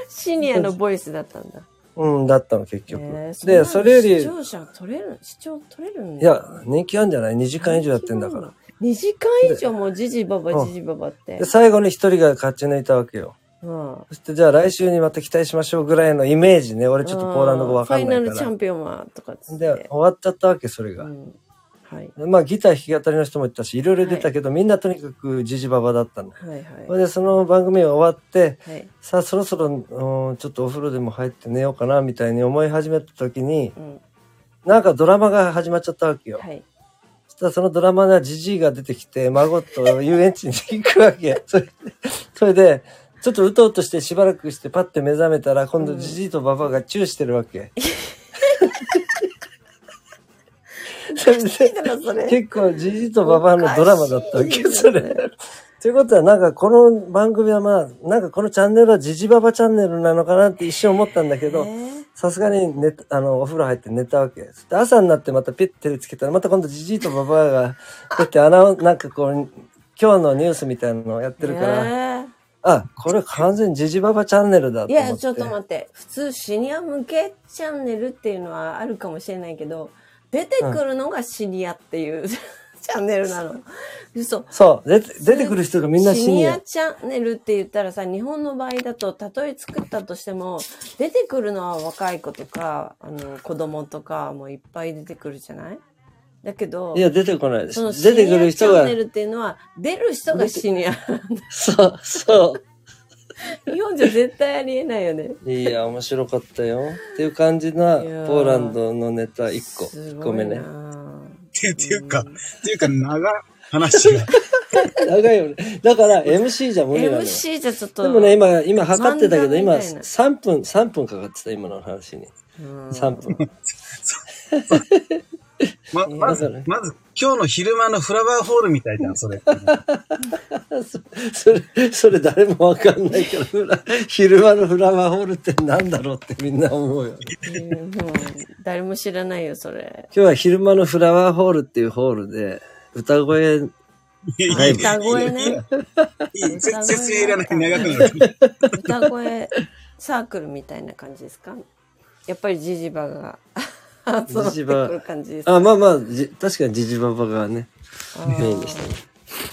Speaker 1: シニアのボイスだったんだ。
Speaker 3: うん、だったの、結局。
Speaker 1: えー
Speaker 3: で、それより、
Speaker 1: 視
Speaker 3: い
Speaker 1: 聴者取れる、視聴取れるんだ
Speaker 3: や、人気あるんじゃない ?2 時間以上やってんだから。。
Speaker 1: 2時間以上もうジジバ
Speaker 3: う
Speaker 1: バ
Speaker 3: ん
Speaker 1: ジジババって
Speaker 3: で、。最後に一人が勝ち抜いたわけよ。
Speaker 1: うん。
Speaker 3: そして、じゃあ来週にまた期待しましょうぐらいのイメージね。俺ちょっとポーランド語わかんな
Speaker 1: ファイ
Speaker 3: い
Speaker 1: ナルチ
Speaker 3: か
Speaker 1: ャ
Speaker 3: ら。
Speaker 1: ンピオンはとかっつっ
Speaker 3: で、終
Speaker 1: て。
Speaker 3: わっちゃったわけ、それ
Speaker 1: う
Speaker 3: が。
Speaker 1: ん。はい。
Speaker 3: まあ、ギター弾き語りの人もいたし、いろいろ出たけど、みんなとにかくジジババだったの。
Speaker 1: はいはい。
Speaker 3: それで、その番組が終わって、
Speaker 1: はい。
Speaker 3: さあそろそろ、うんちょっとお風呂でも入って寝ようかなみたいに思い始めた時に
Speaker 1: うん。
Speaker 3: なんかドラマが始まっちゃったわけよ、
Speaker 1: はい。
Speaker 3: そしたらそのドラマがジジイが出てきて孫と遊園地に行くわけそれでそれでちょっとうとうとしてしばらくしてパッて目覚めたら今度ジジイとババアがチューしてる わけ、それで
Speaker 1: だからそれ。
Speaker 3: 結構ジジイとババアのドラマだったわけ
Speaker 1: おかしい
Speaker 3: そ
Speaker 1: ですね
Speaker 3: れということは、なんかこの番組はまあ、なんかこのチャンネルはジジババチャンネルなのかなって一瞬思ったんだけど、
Speaker 1: え
Speaker 3: さすがに寝た、あの、お風呂入って寝たわけ。で朝になってまたピッて手つけたら、また今度ジジイとババアが、だってアナウンなんかこう、今日のニュースみたいなのをやってるから、
Speaker 1: ね
Speaker 3: あ、これ完全にジジババチャンネルだ
Speaker 1: えい
Speaker 3: と思って。
Speaker 1: や、ちょっと待って。普通シニア向けチャンネルっていうのはあるかもしれないけど、出てくるのがシニアっていう、 チャンネルなの。嘘。
Speaker 3: そう、出て出てくる人がみんなシニア。
Speaker 1: チャンネルって言ったらさ、日本の場合だと、たとえ作ったとしても、出てくるのは若い子とか、あの、子供とかもいっぱい出てくるじゃないだけど、
Speaker 3: いや、出てこないで
Speaker 1: その
Speaker 3: す。出てくる人
Speaker 1: シニアチャ
Speaker 3: が
Speaker 1: ンネ、ルっていうのは、出る人がシ ニア。
Speaker 3: そう、そう。
Speaker 1: 日本じゃ絶対ありえないよね。
Speaker 3: いや、面白かったよ。っていう感じな、
Speaker 1: いやー
Speaker 3: ポーランドのネタ1個。
Speaker 1: す
Speaker 3: 1個
Speaker 1: ご
Speaker 3: 目
Speaker 1: いな
Speaker 3: ね。
Speaker 2: てていうか、っていうか長い話が。
Speaker 3: 長いよね。だから、MC じゃ無理なのよ。
Speaker 1: MC じゃちょっと。
Speaker 3: でもね、今、今測ってたけど、
Speaker 1: 漫
Speaker 3: 今、
Speaker 1: 談みたいな
Speaker 3: 3分、三分かかってた、今の話に。
Speaker 1: うん、
Speaker 3: 3分。
Speaker 2: ま、まず、まず今日の昼間のフラワーホールみたいじゃん、それ。
Speaker 3: そそれ、それ誰もわかんないけど、フラ昼間のフラワーホールってなんだろうってみんな思うよ。
Speaker 1: うん誰も知らないよ、それ。
Speaker 3: 今日は昼間のフラワーホールっていうホールで、歌声、い
Speaker 1: 歌声ね。
Speaker 2: いいせ説明いらない、長くなる。
Speaker 1: 歌声サークルみたいな感じですかやっぱりジジバが集まってくる感じですか
Speaker 3: あ、まあまあ、じ確かにジジババがね、
Speaker 1: あ
Speaker 3: メイン
Speaker 1: ー
Speaker 3: でしたね。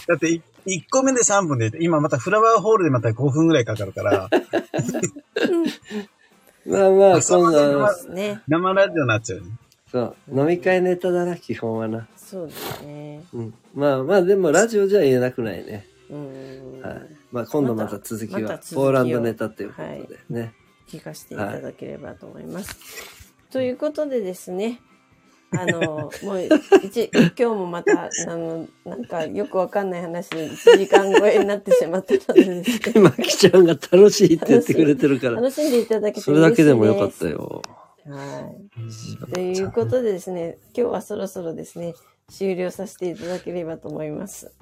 Speaker 2: だって、い1個目で3分で、今またフラワーホールでまた5分ぐらいかかるから、
Speaker 3: まあまあ、
Speaker 2: そう
Speaker 3: 今度は、
Speaker 1: ね。
Speaker 2: 生ラジオになっちゃうね。
Speaker 3: そう、飲み会ネタだな、基本はな。
Speaker 1: そうですね。
Speaker 3: うん。まあまあ、でもラジオじゃ言えなくないね。
Speaker 1: うん。
Speaker 3: はい。まあ今度また続きは、
Speaker 1: また続きを
Speaker 3: ポーランドネタっていうことでね。
Speaker 1: 聞かせていただければと思います。ということでですね、あの、 もう、一、今日もまた、あの、なんかよくわかんない話で1時間超えになってしまったのでです ね
Speaker 3: 今、きちゃんが楽しいって言ってくれてるから、
Speaker 1: 楽しんでいただけて
Speaker 3: それだけでもよかった
Speaker 1: よ。
Speaker 3: よ。
Speaker 1: はい。ということでですね、今日はそろそろですね、終了させていただければと思います。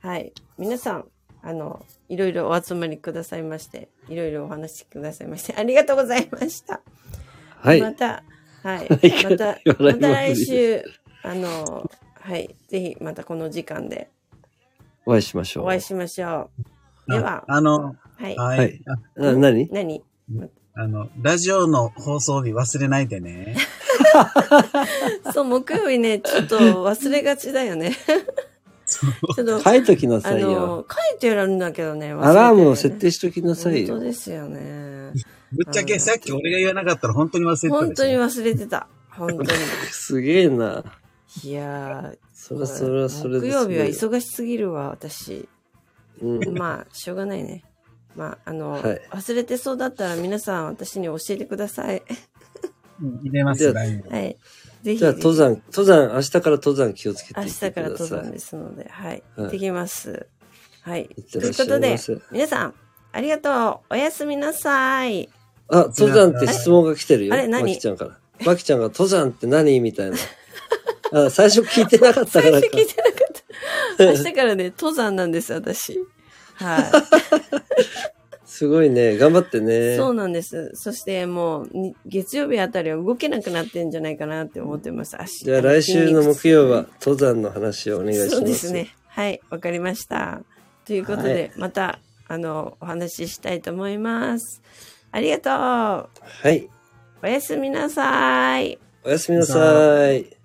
Speaker 1: はい。皆さん、あの、いろいろお集まりくださいまして、いろいろお話しくださいまして、ありがとうございました。
Speaker 3: はい。
Speaker 1: また、 はい。
Speaker 3: い、
Speaker 1: また
Speaker 3: 笑い
Speaker 1: ま
Speaker 3: 祭り
Speaker 1: た来週、あの、はい。ぜひ、またこの時間で
Speaker 3: お会いしましょう。
Speaker 1: お会いしましょう。では、
Speaker 2: あの、
Speaker 1: はい。
Speaker 2: はい。
Speaker 3: はい
Speaker 2: あ
Speaker 3: な何
Speaker 1: 何
Speaker 2: あの、ラジオの放送日忘れない でね。
Speaker 1: そう、木曜日ね、ちょっと忘れがちだよ ね。ちょっと、
Speaker 3: 書いときな
Speaker 1: あ
Speaker 3: さいよ。
Speaker 1: の、書いてあるんだけどね。
Speaker 3: アラームを設
Speaker 1: し
Speaker 3: 定しときなさい
Speaker 1: 本
Speaker 3: よ
Speaker 1: 当。ですよね。
Speaker 2: ぶっちゃけさっき俺が言わなかったら本当に忘れてた
Speaker 1: 本
Speaker 2: でしょ
Speaker 1: 当に忘れてた。本当に。
Speaker 3: すげえな。
Speaker 1: いやー、
Speaker 3: それはそれはそれ
Speaker 1: 木
Speaker 3: です
Speaker 1: 曜
Speaker 3: ご
Speaker 1: 日
Speaker 3: い
Speaker 1: は
Speaker 3: よ
Speaker 1: 忙しすぎるわ、私。
Speaker 3: うん。
Speaker 1: まあ、しょうがないね。まあ、あの、
Speaker 3: はい
Speaker 1: 忘れてそうだったら皆さん私に教えてください。
Speaker 2: うん入れま
Speaker 3: じゃ
Speaker 2: す、
Speaker 3: あ
Speaker 2: LINE を
Speaker 1: はい。ぜひ、
Speaker 3: じゃあ、登山、登山、明日から登山気をつけて
Speaker 1: 明
Speaker 3: いっ
Speaker 1: 日
Speaker 3: て
Speaker 1: から
Speaker 3: くだ
Speaker 1: 登
Speaker 3: さい
Speaker 1: 山。ですので、はい。
Speaker 3: はい
Speaker 1: 行ってきます。はい。
Speaker 3: いって
Speaker 1: と
Speaker 3: ら
Speaker 1: い
Speaker 3: っ
Speaker 1: う
Speaker 3: しゃ
Speaker 1: こ
Speaker 3: い
Speaker 1: とで
Speaker 3: ませ、
Speaker 1: 皆さん、ありがとう。おやすみなさい。
Speaker 3: あ、登山って質問が来てるよ。
Speaker 1: あれ何
Speaker 3: まきちゃんから。まきちゃんが登山って何みたいな。あ最初聞いてなかったか
Speaker 1: 最
Speaker 3: ら
Speaker 1: 初
Speaker 3: か。
Speaker 1: 聞いてなか った。明日からね、登山なんです、私。は
Speaker 3: すごいね。頑張って
Speaker 1: い。
Speaker 3: ね。
Speaker 1: そうなんです。そしてもう、に月曜日あたりは動けなくなってんじゃないかなって思ってます。足
Speaker 3: じゃあ来週の木曜は登山の話をお願いします。
Speaker 1: そうですね。はい、わかりました。ということで、
Speaker 3: は
Speaker 1: また、あの、お話ししたいと思います。ありがと
Speaker 3: はい。
Speaker 1: う。おやすみなさい。
Speaker 3: おやすみなさい。